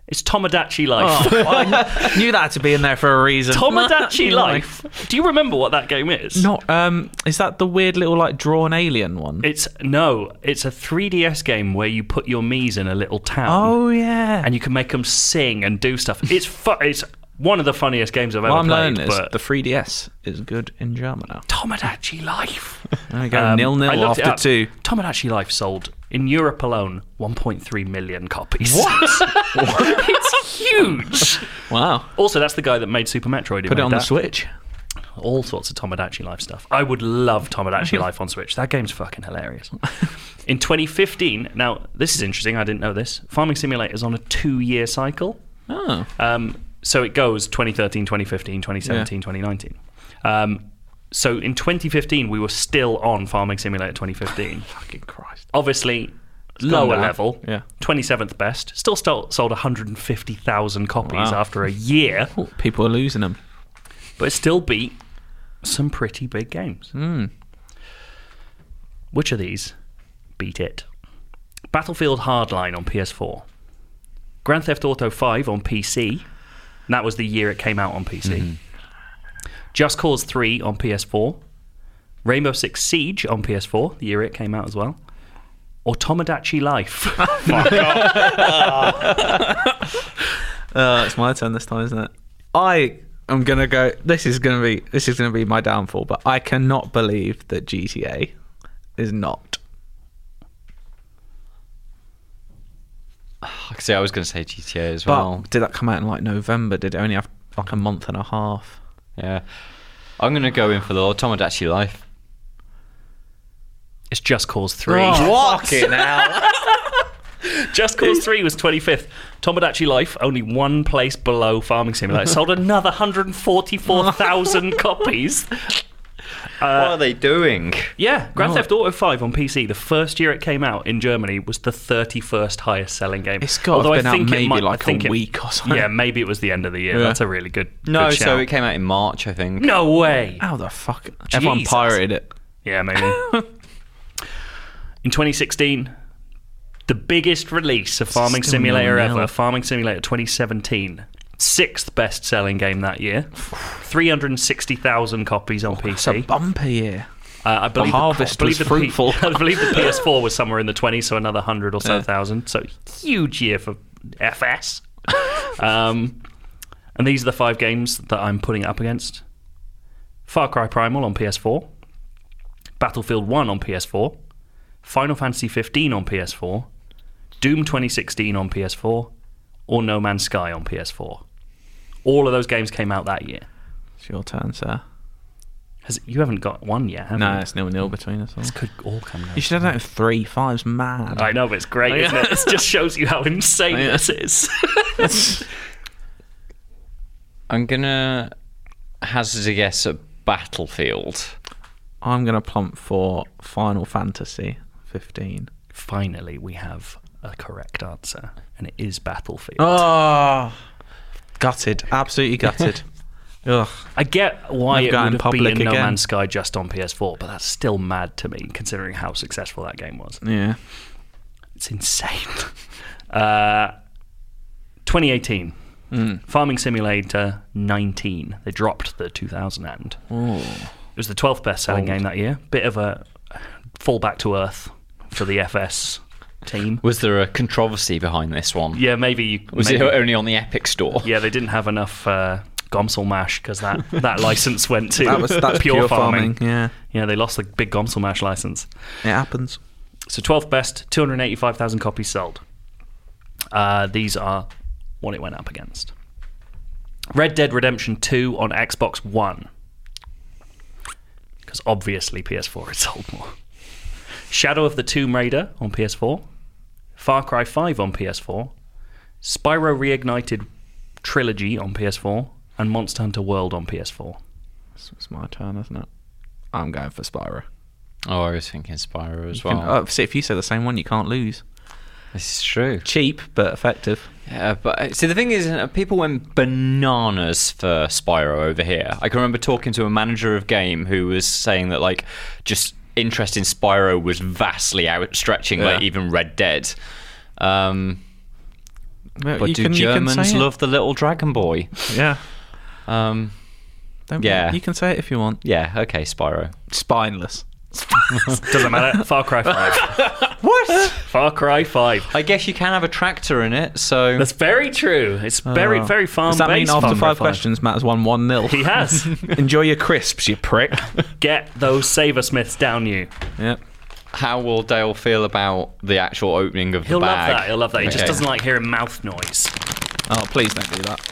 It's Tomodachi Life. Oh. I knew that had to be in there for a reason. Tomodachi Life. Do you remember what that game is? Not. Um. Is that the weird little like drawn alien one? It's no, it's a 3DS game where you put your Mii's in a little town. oh yeah. and you can make them sing and do stuff. It's fu- it's one of the funniest games I've ever what I'm played. learning is but the 3DS is good in German now. Tomodachi Life. There we go. Um, nil I nil looked it after up. two. Tomodachi Life sold in Europe alone 1.3 million copies. What? it's huge. Wow. Also, that's the guy that made Super Metroid. who made Put it on the that. Switch. All sorts of Tomodachi Life stuff. I would love Tomodachi Life on Switch. That game's fucking hilarious. In 2015, now this is interesting. I didn't know this. Farming Simulator's on a two-year cycle. Oh. Um, so it goes 2013, 2015, 2017, 2019. Um, so in 2015, we were still on Farming Simulator 2015. Fucking Christ. Obviously, lower down. level, Yeah. 27th best. Still stol- sold 150,000 copies Wow. after a year, Oh, people are losing them. but it still beat some pretty big games. Which of these beat it? Battlefield Hardline on PS4, Grand Theft Auto 5 on PC. and That was the year it came out on PC. Just Cause 3 on PS4, Rainbow Six Siege on PS4, the year it came out as well, or Tomodachi Life. Uh, it's my turn this time, isn't it? I am gonna go. This is gonna be. This is gonna be my downfall. But I cannot believe that GTA is not. See, I was gonna say GTA as But well. did that come out in like November? Did it only have like a month and a half? yeah, I'm gonna go in for the Tomodachi Life. it's Just Cause 3. Oh, What? Just Cause 3 was 25th. Tomodachi Life, only one place below Farming Simulator, sold another 144,000 copies. what are they doing? Yeah, Grand No. Theft Auto 5 on PC, the first year it came out in Germany, was the 31st highest selling game. It's gotta have Although I been out think it maybe might- I like a think it- week or something. Yeah, maybe it was the end of the year. Yeah. That's a really good. No, good so shout. it came out in March, I think. No way. How the fuck? Everyone Jesus. pirated it. Yeah, maybe. in 2016, the biggest release of Farming Still Simulator nil-nil. ever, Farming Simulator 2017. Sixth best selling game that year. 360,000 copies on It's a PC. bumper year. Uh, I believe I harvest believe was the P- fruitful. I believe the PS4 was somewhere in the 20s, so another 100 or so thousand. So huge year for FS. um, and these are the five games that I'm putting it up against Far Cry Primal on PS4, Battlefield 1 on PS4, Final Fantasy 15 on PS4, Doom 2016 on PS4, or No Man's Sky on PS4. All of those games came out that year. It's your turn, sir. Has, you haven't got one yet, have No, you? it's nil nil between us. All. This could all come You should have done it with three fives, mad. I know, but it's Oh, great, isn't it? It just shows you how insane this is. I'm gonna hazard a guess at Battlefield. I'm gonna plump for Final Fantasy 15. Finally, we have a correct answer, and it is Battlefield. Oh, gutted, absolutely gutted. Ugh. I get why Never it gone would have public beaten No again. Man's Sky just on PS4, but that's still mad to me, considering how successful that game was. Yeah. It's insane. Uh, 2018, Hmm. Farming Simulator 19. They dropped the 2000 and. It was the 12th best selling game that year. Bit of a fall back to earth for the FS team. Was there a controversy behind this one? Yeah, maybe. you- Was maybe. it only on the Epic Store? Yeah, they didn't have enough uh, Gomsel Mash because that, that license went to That was that's pure, farming. Yeah. Yeah, they lost the big Gomsel Mash license. It happens. So 12th best, 285,000 copies sold. Uh, these are what it went up against. Red Dead Redemption 2 on Xbox One. Because obviously PS4 had sold more. Shadow of the Tomb Raider on PS4. Far Cry 5 on PS4. Spyro Reignited Trilogy on PS4. And Monster Hunter World on PS4. It's, it's my turn, isn't it? I'm going for Spyro. Oh, I was thinking Spyro as Can- well. oh, see, if you say the same one, you can't lose. this is true. Cheap but effective. Yeah, but uh, see, the thing is, uh, people went bananas for Spyro over here. I can remember talking to a manager of game who was saying that like just interest in Spyro was vastly outstretching like Yeah. even Red Dead. Um, but you do can- you can Germans say it. love the little dragon boy? Yeah. Um, Don't Yeah. yeah. You can say it if you want. yeah, okay, Spyro. Spineless. Doesn't matter. Far Cry 5. What? Oh. Far Cry 5. I guess you can have a tractor in it, so That's very true. It's very, very farm Oh. Does that mean based after farm five refined. questions, Matt has won one nil? He has. Enjoy your crisps, you prick. Get those saver smiths down you. yep. how will Dale feel about the actual opening of He'll the love bag? that. He'll love that. He just Okay. doesn't like hearing mouth noise. Oh, please don't do that.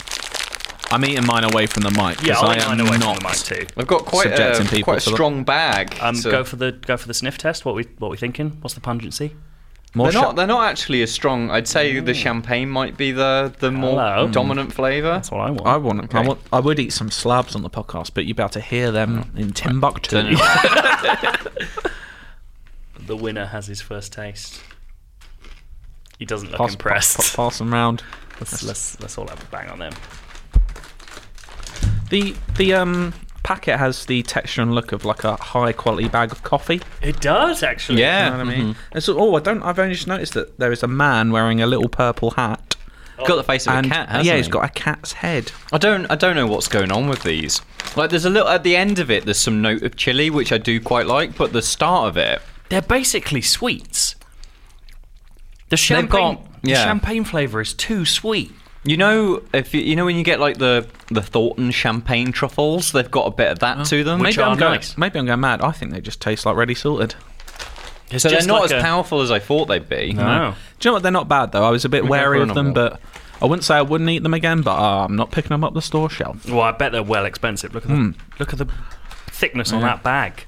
I'm eating mine away from the mic. 'cause Yeah, I'll I eat am mine away not. from the mic too. I've got quite Subjecting a people quite a to the- strong bag. Um, so- go for the go for the sniff test. What we what we thinking? What's the pungency? More They're not. sh- They're not actually as strong. I'd say the champagne might be the the more Mm. Hello. Mm. dominant flavour. That's what I want. I want, I Okay. want. I would eat some slabs on the podcast, but you'd be able to hear them in Timbuktu. the winner has his first taste. He doesn't look Pass, impressed. pa- pa- pass them round. Let's, let's let's all have a bang on them. The the um packet has the texture and look of like a high quality bag of coffee. It does actually. You know what I mean? Mm-hmm. And so, oh, I don't. I've only just noticed that there is a man wearing a little purple hat. got the face of and a cat. Hasn't yeah, he? has got a cat's head. I don't. I don't know what's going on with these. Like, there's a little at the end of it. There's some note of chili, which I do quite like. But the start of it, They're basically sweets. The They've champagne got- the yeah. champagne flavour is too sweet. you know, if you, you know when you get like the the Thornton champagne truffles, they've got a bit of that to them. Oh. Which maybe are I'm going. nice. Maybe I'm going mad. I think they just taste like ready sorted. It's so they're just not like as a- powerful as I thought they'd be. No. Do you know what? They're not bad though. I was a bit Okay, wary fair of them, enough. but I wouldn't say I wouldn't eat them again. But uh, I'm not picking them up the store shelf. Well, I bet they're well expensive. Look at the, look at the thickness on that bag.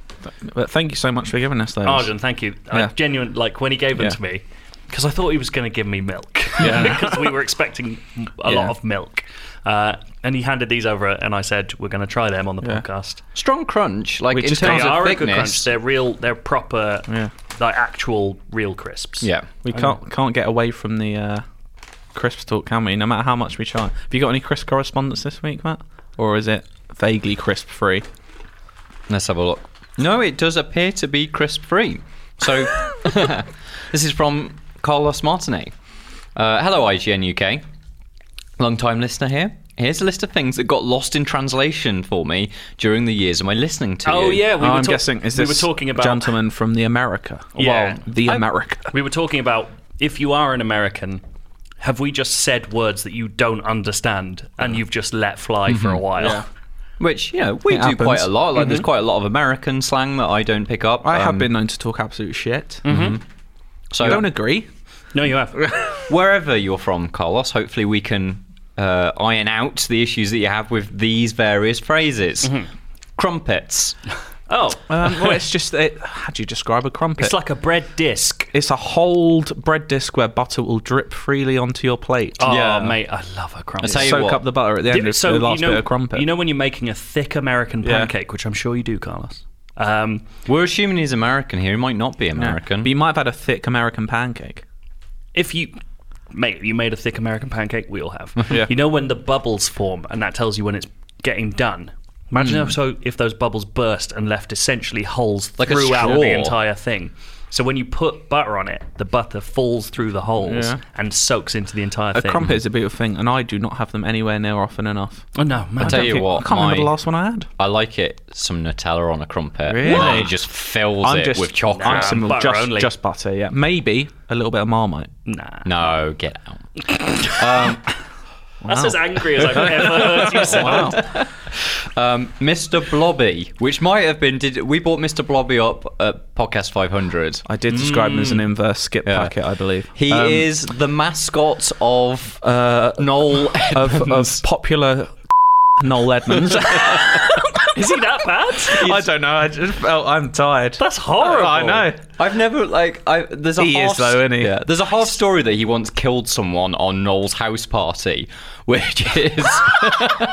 But thank you so much for giving us those. Arjun, thank you. I Yeah. genuine like when he gave them Yeah. to me, because I thought he was going to give me milk. because we were expecting a lot Yeah. of milk. Uh, and he handed these over, and I said, "We're going to try them on the podcast." Strong crunch, like Which in is terms they of are a good crunch. thickness. They're real. They're proper, Yeah. like actual real crisps. Oh, yeah. We can't can't get away from the uh, crisp talk, can we? No matter how much we try. Have you got any crisp correspondence this week, Matt? Or is it vaguely crisp free? Let's have a look. No, it does appear to be crisp free. So, this is from Carlos Martinet. Uh, hello, IGN UK. Long time listener here. Here's a list of things that got lost in translation for me during the years of my listening to Oh you. yeah, we were I'm talk- guessing is we this were talking about gentleman from the America? Yeah. well, the I- America. We were talking about if you are an American, have we just said words that you don't understand and you've just let fly Mm-hmm. for a while? Which, you know, we It do happens. quite Mm-hmm. a lot. Like, there's quite a lot of American slang that I don't pick up. I have Um, been known to talk absolute shit. Mm-hmm. So, I don't agree. No, you have. wherever you're from, Carlos, hopefully we can uh, iron out the issues that you have with these various phrases. Mm-hmm. Crumpets. Oh, Um, well, it's just it, how do you describe a crumpet? it's like a bread disc. it's a hold bread disc where butter will drip freely onto your plate. Oh, Yeah. mate, I love a crumpet. I tell you Soak what. up the butter at the end. Yeah, of the last you know, bit of crumpet. you know when you're making a thick American Yeah. pancake, which I'm sure you do, Carlos. Um, We're assuming he's American here. He might not be Yeah. American. But you might have had a thick American pancake. if you mate, you made a thick American pancake, we all have. Yeah. You know when the bubbles form and that tells you when it's getting done. Imagine if so if those bubbles burst and left essentially holes Like a throughout straw. the entire thing. So when you put butter on it, the butter falls through the holes Yeah. and soaks into the entire A thing. crumpet is a beautiful thing, and I do not have them anywhere near often enough. Oh no, man. I tell you I what, can't remember the my- last one I had. I like it. Some Nutella on a crumpet. Really? And then it just fills it with chocolate. I'm simple, butter just, only. just butter, yeah. Maybe a little bit of Marmite. Nah. no, get out. That's as angry as I've ever heard you sound. Mr. Blobby, which might have been. Did we bought Mr. Blobby up at Podcast 500? I did describe him as an inverse skip Mm. Yeah. packet, I believe. He Um, is the mascot of uh, Noel of, of popular Noel Edmonds. Is he that bad? I don't know. I just felt I'm tired. That's horrible. I know. I've never like I there's a He half is, though, isn't he? there's a half story that he once killed someone on Noel's house party, which is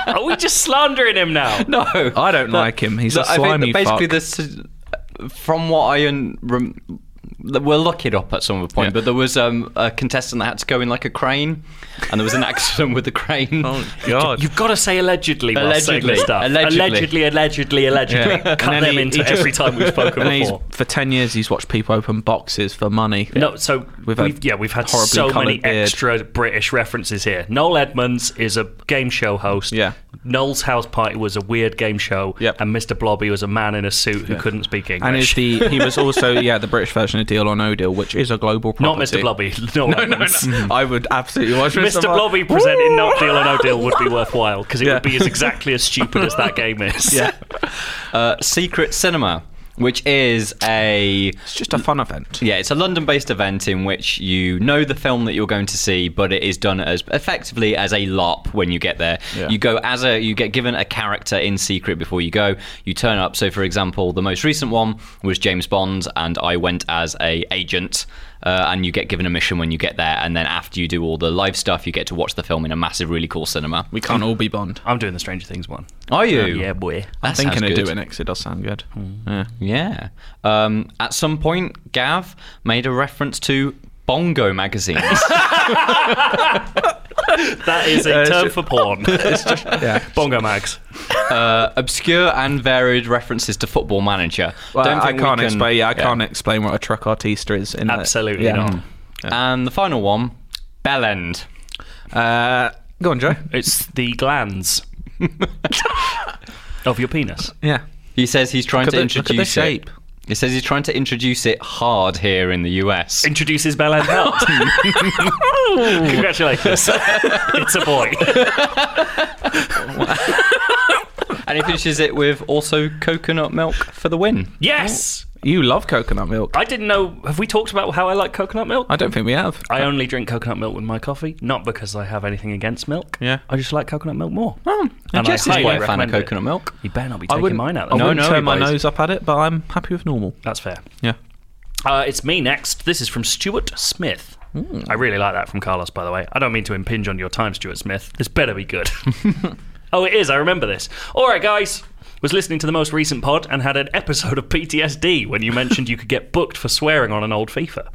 Are we just slandering him now? no. I don't like him. He's a I think slimy that basically fuck. this is- from what I un, rem, we'll look it up at some point. But there was um, a contestant that had to go in like a crane, and there was an accident with the crane. Oh, God. You've got to say allegedly. Whilst saying Allegedly. this stuff. Allegedly. allegedly, allegedly, allegedly. Yeah. Cut And then them he- into he just- every time we've spoken and he's, before. for 10 years, he's watched people open boxes for money. No, so we've, With a yeah we've had horribly so many coloured beard. extra British references here. Noel Edmonds is a game show host. Yeah. Noel's house party was a weird game show. Yep. And Mr. Blobby was a man in a suit who couldn't speak English. And is the he was also yeah the British version of Deal or No Deal, which is a global not property. Mr. Blobby. Noel Edmonds. I would absolutely watch Mr. Blobby presenting Not Deal or No Deal would be worthwhile because it Yeah. would be as exactly as stupid as that game is. Yeah, Uh, Secret Cinema, which is a it's just a fun event. Yeah, it's a London based event in which you know the film that you're going to see, but it is done as effectively as a LARP when you get there. Yeah. You go as a you get given a character in secret before you go. You turn up. So for example, the most recent one was James Bond and I went as a agent uh, and you get given a mission when you get there and then after you do all the live stuff, you get to watch the film in a massive really cool cinema. We can't all be Bond. I'm doing the Stranger Things one. Are you? Yeah, boy. That I'm thinking sounds of good. Mm. doing it because it does sound good. Yeah. Yeah. Um, at some point, Gav made a reference to Bongo magazines. That is a Uh, it's term ju- for porn. yeah. Bongo mags. Uh, obscure and varied references to Football Manager. Well, Don't I think we can't can- explain. Yeah, I can't explain what a truck artista is. In a- Absolutely yeah. not. And the final one, Bellend. Uh, go on, Joe. It's the glands of your penis. Yeah. He says he's trying Look at to the- look at the introduce it. shape. He says he's trying to introduce it hard here in the US. Introduces Bell and Held. Congratulations. it's a boy. and he finishes it with also coconut milk for the win. Yes! You love coconut milk. I didn't know. Have we talked about how I like coconut milk? I don't think we have. I only drink coconut milk with my coffee, not because I have anything against milk. Yeah. Oh. I just like coconut milk more. And Jess is highly quite a fan of recommend it. coconut milk. You better not be taking mine Mm. out. I Then. No, wouldn't no, turn my guys. nose up at it, but I'm happy with normal. That's fair. Yeah. Uh, it's me next. This is from Stuart Smith. I really like that from Carlos, by the way. I don't mean to impinge on your time, Stuart Smith. This better be good. oh, it is. I remember this. All right, guys. Was listening to the most recent pod and had an episode of PTSD when you mentioned you could get booked for swearing on an old FIFA.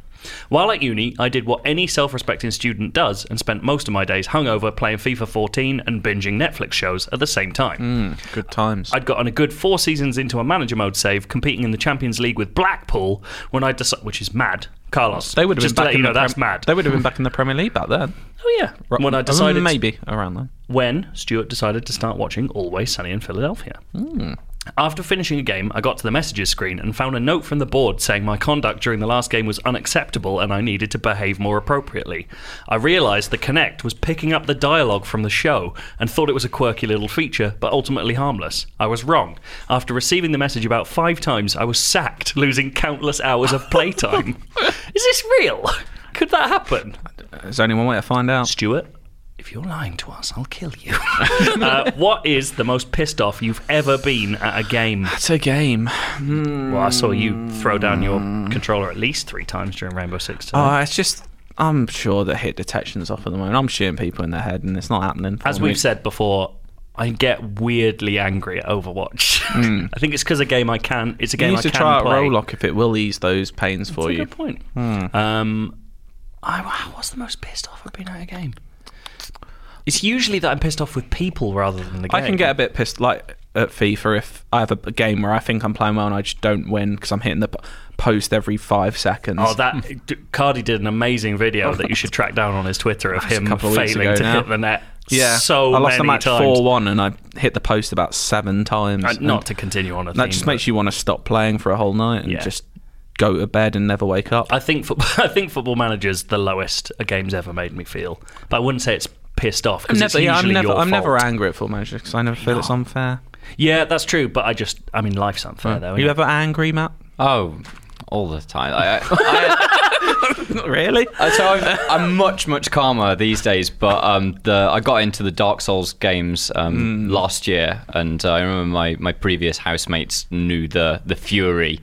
While at uni, I did what any self respecting student does and spent most of my days hungover playing FIFA 14 and binging Netflix shows at the same time. Good times. I'd gotten a good four seasons into a manager mode save, competing in the Champions League with Blackpool when I decided, which is mad, Carlos. they would have just been to back let you in know the that's Prem- mad. They would have been back in the Premier League back then. oh yeah, when I Um, decided maybe around then. when Stuart decided to start watching Always Sunny in Philadelphia. After finishing a game, I got to the messages screen and found a note from the board saying my conduct during the last game was unacceptable and I needed to behave more appropriately. I realised the Connect was picking up the dialogue from the show and thought it was a quirky little feature, but ultimately harmless. I was wrong. After receiving the message about five times, I was sacked, losing countless hours of playtime. Is this real? Could that happen? There's only one way to find out. Stuart, if you're lying to us, I'll kill you. uh, what is the most pissed off you've ever been at a game? It's a game. Well, I saw you throw down your Mm. controller at least three times during Rainbow Six. Today. Oh, it's just. I'm sure that hit detection's off at the moment. I'm shooting people in the head, and it's not happening. For As me. we've said before, I get weirdly angry at Overwatch. I think it's because a game I can. It's a Mm. you game need I to can try out play. Rolock if it will ease those pains for That's a you. Mm. good point. Um, I, wow, what's the most pissed off I've been at a game? It's usually that I'm pissed off with people rather than the game. I can get a bit pissed, like at FIFA, if I have a game where I think I'm playing well and I just don't win because I'm hitting the p- post every five seconds. Oh, that d- Cardi did an amazing video that you should track down on his Twitter of him couple of weeks failing ago to now. hit the net. yeah. so I lost the many match times. four-one, and I hit the post about seven times. Uh, and Not to continue on a that theme, just but makes you want to stop playing for a whole night and Yeah. just go to bed and never wake up. I think football, I think Football Manager's the lowest a game's ever made me feel. But I wouldn't say it's pissed off because it's yeah, I'm usually never, your I'm never fault. angry at football managers because I never feel it's unfair. Yeah, that's true. But I just, I mean, life's unfair though. Are Mm. you isn't it? ever angry, Matt? Oh, all the time. I, I, Not really. I, Uh, so I'm, I'm much much calmer these days. But um, the I got into the Dark Souls games Mm. um, last year, and uh, I remember my, my previous housemates knew the the fury,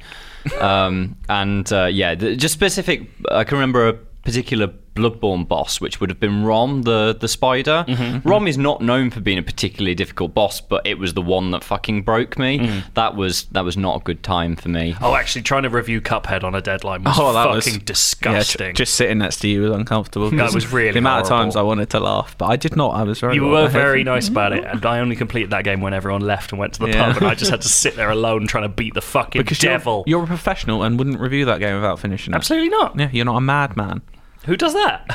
um, and uh, yeah, the, just specific. I can remember a particular Bloodborne boss, which would have been Rom the the spider. Mm-hmm, Rom is not known for being a particularly difficult boss, but it was the one that fucking broke me. That was that was not a good time for me. Mm. Oh, actually, trying to review Cuphead on a deadline was Oh, that was- fucking disgusting. Yeah, ju- just sitting next to you was uncomfortable. 'cause That was really the amount horrible. of times I wanted to laugh, but I did not. I was very. You well were behaved. very nice about it, and I only completed that game when everyone left and went to the Yeah. pub, and I just had to sit there alone trying to beat the fucking because you're- devil. You're, a professional and wouldn't review that game without finishing it. Absolutely not. Yeah, you're not a madman. Who does that?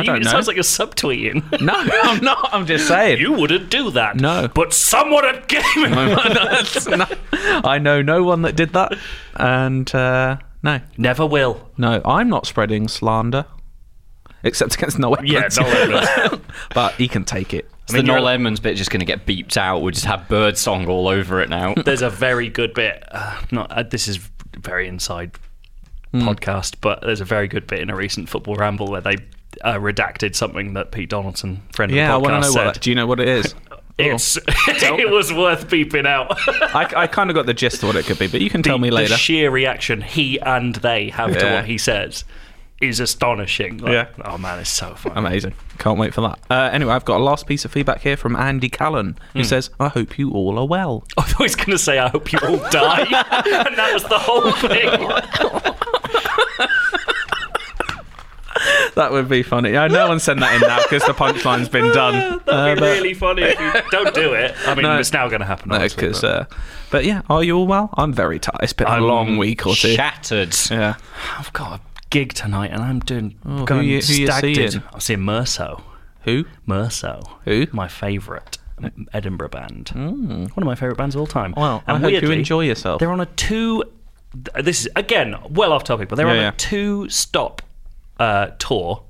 You- don't it know. sounds like you're subtweeting. No, I'm not. I'm just saying. You wouldn't do that. No. But someone at gaming. No, I know no one that did that, and uh, no, Never will. no, I'm not spreading slander, except against Noel. Yeah, Edmonds. no one will. but he can take it. It's mean, the you're- Noel Edmonds bit just going to get beeped out. We'll just have bird song all over it now. There's a very good bit. Uh, not uh, this is very inside Hmm. podcast, but there's a very good bit in a recent football ramble where they uh, redacted something that Pete Donaldson, friend Yeah, I of the podcast, want to know said. what. that- Do you know what it is? It's, it was worth beeping out. I, I kind of got the gist of what it could be, but you can tell the, me the later. sheer reaction he and they have to Yeah. what he says is astonishing. Like, Yeah. Oh man, it's so funny. Amazing. Can't wait for that. Uh, anyway, I've got a last piece of feedback here from Andy Callan, who Hmm. says, I hope you all are well. I thought he was going to say, I hope you all die. and that was the Uh, whole thing. That would be funny. Yeah, no one send that in now because the punchline's been done. Uh, It'd be really funny if you don't do it. I mean, No. it's now going to happen. no, obviously, 'cause, but- uh, but yeah, are you all well? I'm very tired. It's been a I'm long week or two. Shattered. Yeah. I've got a gig tonight and I'm doing Oh, who going you- who you stag did. seeing? I'm seeing Merso. Who? Merso. Who? Hmm. My favourite Edinburgh band. One of my favourite bands of all time. Well, I and hope you weirdly, enjoy yourself. They're on a two. th- This is again well off topic, but they're Yeah, on yeah. a two-stop uh, tour,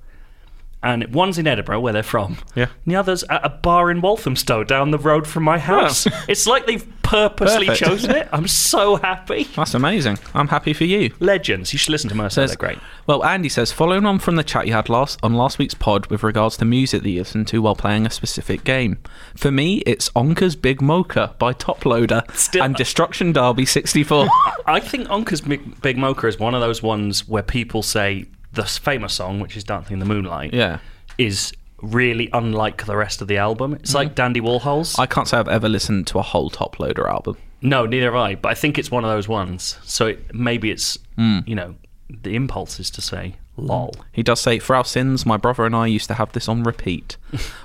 and one's in Edinburgh, where they're from. Yeah. And the other's at a bar in Walthamstow, down the road from my house. it's like they've purposely Perfect. chosen it. I'm so happy. That's amazing. I'm happy for you. Legends. You should listen to Mercer. Says- Oh, They're great. Well, Andy says, following on from the chat you had last on last week's pod with regards to music that you listen to while playing a specific game. For me, it's Onka's Big Mocha by Toploader Still- and Destruction Derby 64. I think Onka's Big Big Mocha is one of those ones where people say the famous song, which is Dancing in the Moonlight, Yeah. is really unlike the rest of the album. It's like Dandy Warhol's. Mm. I can't say I've ever listened to a whole top loader album. no, neither have I, but I think it's one of those ones. So it, maybe it's, Mm. you know, the impulse is to say, lol. He does say, For our sins, my brother and I used to have this on repeat.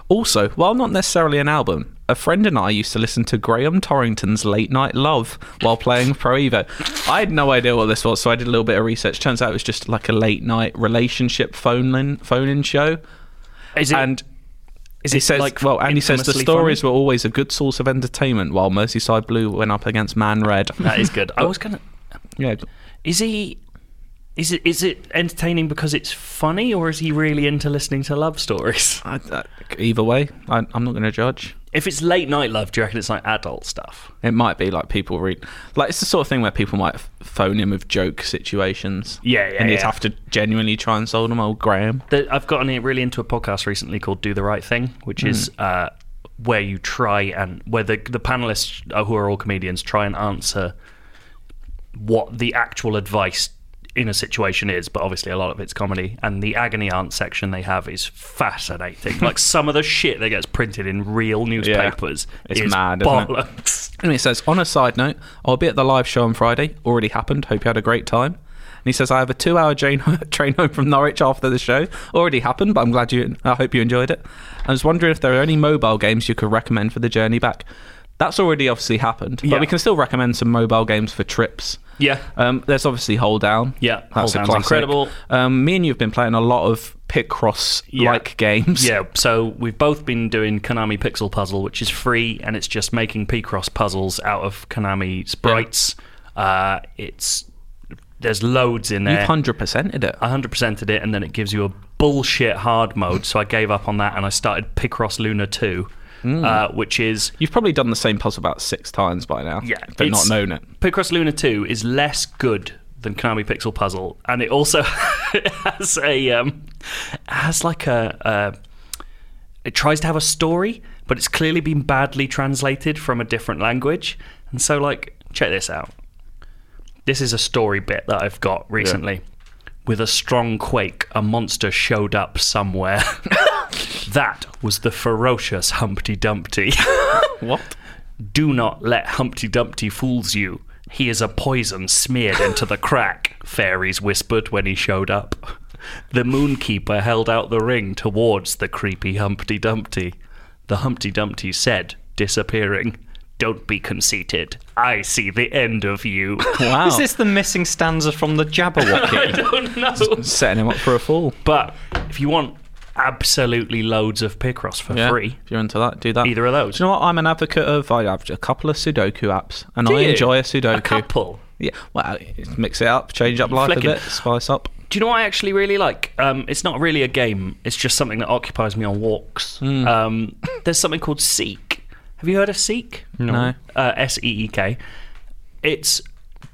also, while not necessarily an album, a friend and I used to listen to Graham Torrington's Late Night Love while playing Pro Evo. I had no idea what this was, so I did a little bit of research. Turns out it was just like a late night relationship phone in, phone in show. Is it, and is he it says, like well, and he says the infamously stories funny? were always a good source of entertainment while Merseyside Blue went up against Man Red. That is good. I was going to. yeah. Is he. Is it is it entertaining because it's funny, or is he really into listening to love stories? I, I- either way, I, I'm not going to judge. If it's late night love, do you reckon it's like adult stuff? It might be like people read, like it's the sort of thing where people might f- phone in with joke situations. Yeah, yeah, And you'd yeah. have to genuinely try and solve them. Old Graham. that I've gotten it really into a podcast recently called "Do the Right Thing," which is Hmm. uh, where you try and where the the panelists uh, who are all comedians try and answer what the actual advice in a situation is, but obviously a lot of it's comedy. And the agony aunt section they have is fascinating. like some of the shit that gets printed in real newspapers It's is mad, isn't it? bollocks. And it says, on a side note, I'll be at the live show on Friday. Already happened. Hope you had a great time. And he says, I have a two-hour train train home from Norwich after the show. Already happened, but I'm glad you. I hope you enjoyed it. I was wondering if there are any mobile games you could recommend for the journey back. That's already obviously happened, but Yeah. we can still recommend some mobile games for trips. Yeah. Um, there's obviously Hold Down. Yeah, Hold that's a Down's classic. incredible. Um, me and you've been playing a lot of pit cross like games. Yeah, so we've both been doing Konami Pixel Puzzle, which is free, and it's just making Picross puzzles out of Konami sprites. Uh, it's there's loads in you've there. hundred percented it. I hundred percented it, and then it gives you a bullshit hard mode. So I gave up on that, and I started Picross Luna Two, uh, which is You've probably done the same puzzle about six times by now. yeah, but not it's- known it. Picross Luna Two is less good than Konami Pixel Puzzle, and it also has a um, has like a, a it tries to have a story, but it's clearly been badly translated from a different language, and so like check this out. This is a story bit that I've got recently. With a strong quake, a monster showed up somewhere. that was the ferocious Humpty Dumpty. What? Do not let Humpty Dumpty fools you. He is a poison smeared into the crack, fairies whispered when he showed up. The moonkeeper held out the ring towards the creepy Humpty Dumpty. The Humpty Dumpty said, disappearing, Don't be conceited. I see the end of you. Wow. Is this the missing stanza from the Jabberwocky? Don't know. setting him up for a fall? But if you want absolutely loads of Picross for free, If you're into that, do that. Either of those. Do you know what? I'm an advocate of. I have a couple of Sudoku apps, and I you? enjoy a A Sudoku. couple? Yeah. Well, mix it up, change up life Flicking. a bit, spice up. Do you know what I actually really like? Um, it's not really a game. It's just something that occupies me on walks. Um, there's something called Seek. Have you heard of Seek? No. Uh, S E E K. It's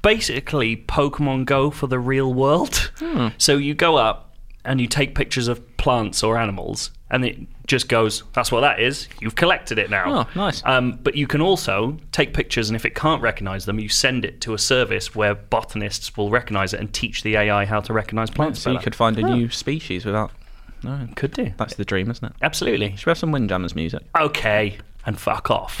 basically Pokemon Go for the real world. Hmm. So you go up and you take pictures of plants or animals, and it just goes, "That's what that is. You've collected it now." Oh, nice. Um, but you can also take pictures, and if it can't recognize them, you send it to a service where botanists will recognize it and teach the AI how to recognize plants. So you better. Ah, could find a new species without. No, could do. that's the dream, isn't it? Absolutely. Should we have some Windjammers music? Okay, and fuck off.